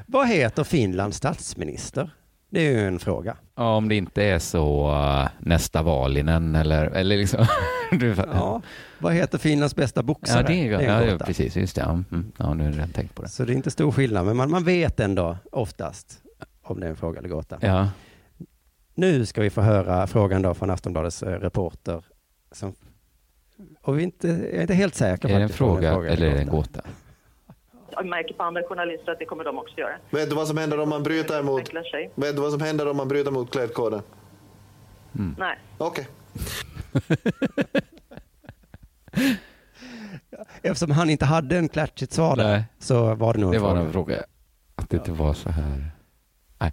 [SPEAKER 9] Vad heter Finlands statsminister? Det är ju en fråga.
[SPEAKER 8] Ja, om det inte är så eh, nästa Valinen eller, eller liksom. du, fattar.
[SPEAKER 9] Ja, vad heter Finlands bästa boxare?
[SPEAKER 8] Ja, det är,
[SPEAKER 9] en
[SPEAKER 8] ja, ja,
[SPEAKER 9] gåta.
[SPEAKER 8] precis. Just det. Ja, mm. ja, nu har jag redan tänkt på det.
[SPEAKER 9] Så det är inte stor skillnad, men man, man vet ändå oftast om det är en fråga eller gåta.
[SPEAKER 8] Ja.
[SPEAKER 9] Nu ska vi få höra frågan då från Aftonbladets eh, reporter. Som, och vi är inte, jag är inte helt säker
[SPEAKER 8] Är det en
[SPEAKER 9] faktiskt om
[SPEAKER 8] fråga eller är det en gåta?
[SPEAKER 14] Jag märker på andra journalister att det kommer de också göra.
[SPEAKER 15] Vet du vad som händer om man bryter mot...
[SPEAKER 14] Utvecklar sig.
[SPEAKER 15] Vet du vad som händer om man bryter mot klädkoden?
[SPEAKER 14] Nej.
[SPEAKER 15] Okej.
[SPEAKER 9] Eftersom han inte hade en klatschigt svar där, så var det nog en
[SPEAKER 8] Det
[SPEAKER 9] fråga.
[SPEAKER 8] var en fråga. Att det inte var så här. Nej.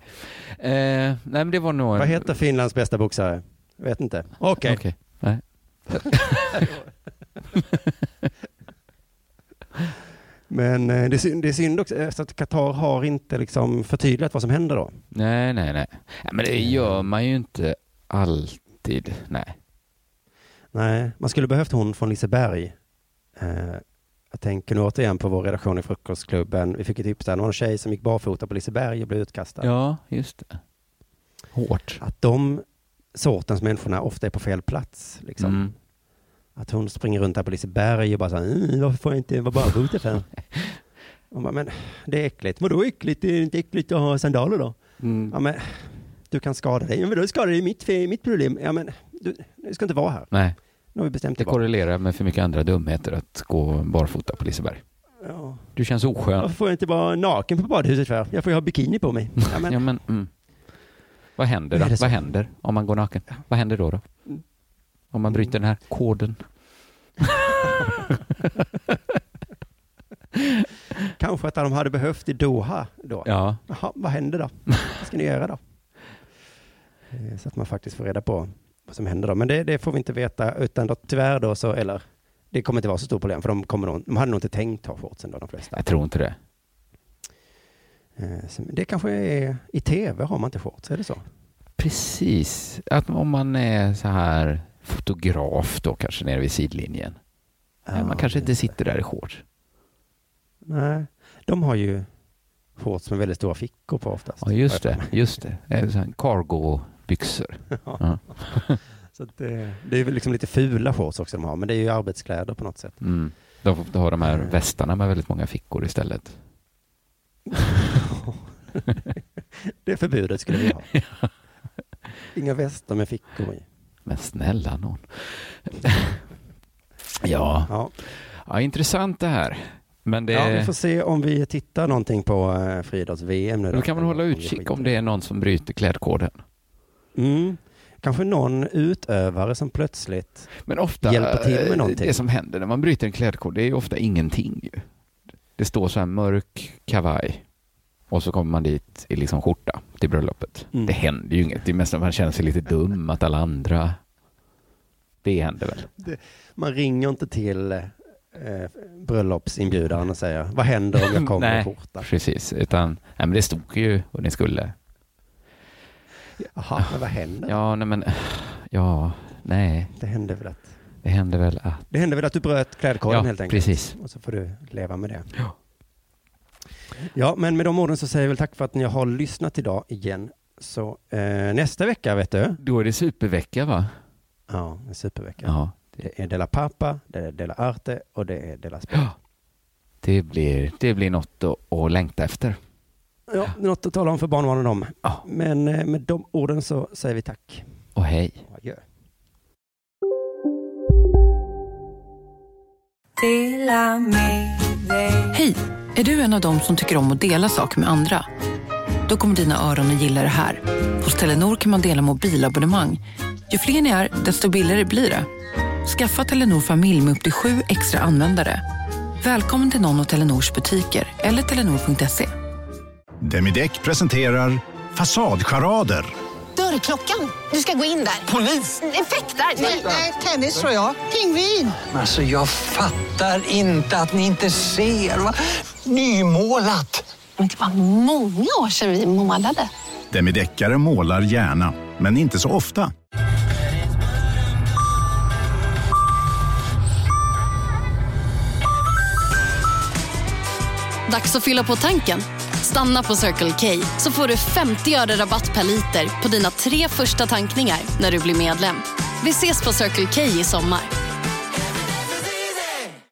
[SPEAKER 8] Eh, nej, men det var nog en...
[SPEAKER 9] Vad heter Finlands bästa boxare? Vet inte. Okej.
[SPEAKER 8] Okej. Nej.
[SPEAKER 9] Men eh, det är synd, det är synd också, eh, så att Qatar har inte liksom förtydligat vad som händer då.
[SPEAKER 8] Nej, nej, nej. Nej, Men
[SPEAKER 9] Eh.
[SPEAKER 8] det gör man ju inte alltid. Nej.
[SPEAKER 9] Nej, man skulle behövt hon från Liseberg. Eh, jag tänker nu återigen på vår redaktion i Frukostklubben. Vi fick ett tips där. Det var en tjej som gick barfota på Liseberg och blev utkastad.
[SPEAKER 8] Ja, just det. Hårt.
[SPEAKER 9] Att de sortens människorna ofta är på fel plats. Liksom.
[SPEAKER 8] Mm.
[SPEAKER 9] Att hon springer runt här på Liseberg och bara så här, "Mm, varför får jag inte vara barfota för? Och bara, men det är äckligt. Vadå äckligt? Det är inte äckligt att ha sandaler då? Ja, men du kan skada dig. Men vadå skada dig? Mitt, fe- mitt problem. Ja, men du, du ska inte vara här.
[SPEAKER 8] Nej.
[SPEAKER 9] Nu har vi bestämt
[SPEAKER 8] Det korrelerar med för mycket andra dumheter att gå barfota på Liseberg.
[SPEAKER 9] Ja.
[SPEAKER 8] Du känns oskön.
[SPEAKER 9] Varför får jag inte vara naken på badhuset för? Jag får ju ha bikini på mig. Ja, men,
[SPEAKER 8] Ja, men, mm. Vad händer
[SPEAKER 9] Nu är
[SPEAKER 8] då?
[SPEAKER 9] det så. Mm.
[SPEAKER 8] Vad händer om man går naken? Vad händer då? då? Om man bryter den här koden?
[SPEAKER 9] Kanske att de hade behövt i Doha då.
[SPEAKER 8] Ja.
[SPEAKER 9] Jaha, vad händer då? Vad ska ni göra då? Eh, Så att man faktiskt får reda på vad som händer då. Men det, det får vi inte veta, utan då, tyvärr då så, eller det kommer inte vara så stort problem, för de, kommer nog, de hade nog inte tänkt ha shortsen då, de flesta.
[SPEAKER 8] Jag tror inte det.
[SPEAKER 9] Eh, så Det kanske är, i tv har man inte shorts, är det så?
[SPEAKER 8] Precis. Att om man är så här fotograf då kanske nere vid sidlinjen. Nej, man kanske inte sitter där i shorts.
[SPEAKER 9] Ah, Nej, de har ju shorts med väldigt stora fickor på oftast.
[SPEAKER 8] Ja, just det. Just det. Det är så här Cargo-byxor. Ja.
[SPEAKER 9] Så att det, det är väl liksom lite fula shorts också de har, men det är ju arbetskläder på något sätt.
[SPEAKER 8] Mm. De får ha de här västarna med väldigt många fickor istället.
[SPEAKER 9] Det förbudet skulle vi ha. Inga västar med fickor i.
[SPEAKER 8] Men snälla någon. Ja.
[SPEAKER 9] ja.
[SPEAKER 8] intressant det här. Men det...
[SPEAKER 9] Ja, vi får se om vi tittar någonting på eh, friidrotts-VM nu.
[SPEAKER 8] Då kan man hålla utkik om det är någon som bryter klädkoden.
[SPEAKER 9] Mm. Kanske någon utövare som plötsligt
[SPEAKER 8] Men ofta,
[SPEAKER 9] hjälper till
[SPEAKER 8] eh,
[SPEAKER 9] med någonting.
[SPEAKER 8] det som händer när man bryter en klädkod, det är ju ofta ingenting ju. Det står så här mörk kavaj och så kommer man dit i liksom skjorta till bröllopet.
[SPEAKER 13] Mm.
[SPEAKER 8] Det händer ju inget. Det är mest att man känner sig lite dum att alla andra... Det händer väl.
[SPEAKER 9] Det, man ringer inte till eh, bröllopsinbjudan och säger vad händer om jag kommer
[SPEAKER 8] Nej,
[SPEAKER 9] i skjorta?
[SPEAKER 8] precis. Utan, nej, men det stod ju vad ni skulle.
[SPEAKER 9] Jaha, men vad händer?
[SPEAKER 8] Ja, nej men... Ja, nej.
[SPEAKER 9] Det hände väl att...
[SPEAKER 8] Det hände väl att...
[SPEAKER 9] Det hände väl att du bröt klädkoden
[SPEAKER 8] Ja,
[SPEAKER 9] helt enkelt?
[SPEAKER 8] precis.
[SPEAKER 9] Och så får du leva med det. Ja. ja, men med de orden så säger jag väl tack för att ni har lyssnat idag igen. Så eh, nästa vecka vet du.
[SPEAKER 8] Då är det supervecka va?
[SPEAKER 9] Ja, en supervecka.
[SPEAKER 8] Ja.
[SPEAKER 9] Det är Della Pappa, det är Della Arte och det är Della Sport.
[SPEAKER 8] Det blir, det blir något att, att längta efter.
[SPEAKER 9] Ja, något att tala om för barnbarnen om. Men eh, med de orden så säger vi tack.
[SPEAKER 8] Och hej.
[SPEAKER 9] Adjö.
[SPEAKER 16] Hej! Är du en av dem som tycker om att dela saker med andra? Då kommer dina öron att gilla det här. Hos Telenor kan man dela mobilabonnemang. Ju fler ni är, desto billigare blir det. Skaffa Telenor familj med upp till sju extra användare. Välkommen till någon av Telenors butiker eller telenor.se.
[SPEAKER 17] Demideck presenterar Fasadcharader.
[SPEAKER 18] Dörrklockan. Du ska gå in där. Polis? Effektar? Nej, tennis tror jag. Pingvin.
[SPEAKER 19] Alltså jag fattar inte att ni inte ser. Va? Nymålat.
[SPEAKER 18] Men det var många år sedan vi målade.
[SPEAKER 17] Demideckare målar gärna, men inte så ofta.
[SPEAKER 20] Dags att fylla på tanken. Stanna på Circle K så får du 50 öre rabatt per liter på dina tre första tankningar när du blir medlem. Vi ses på Circle K i sommar.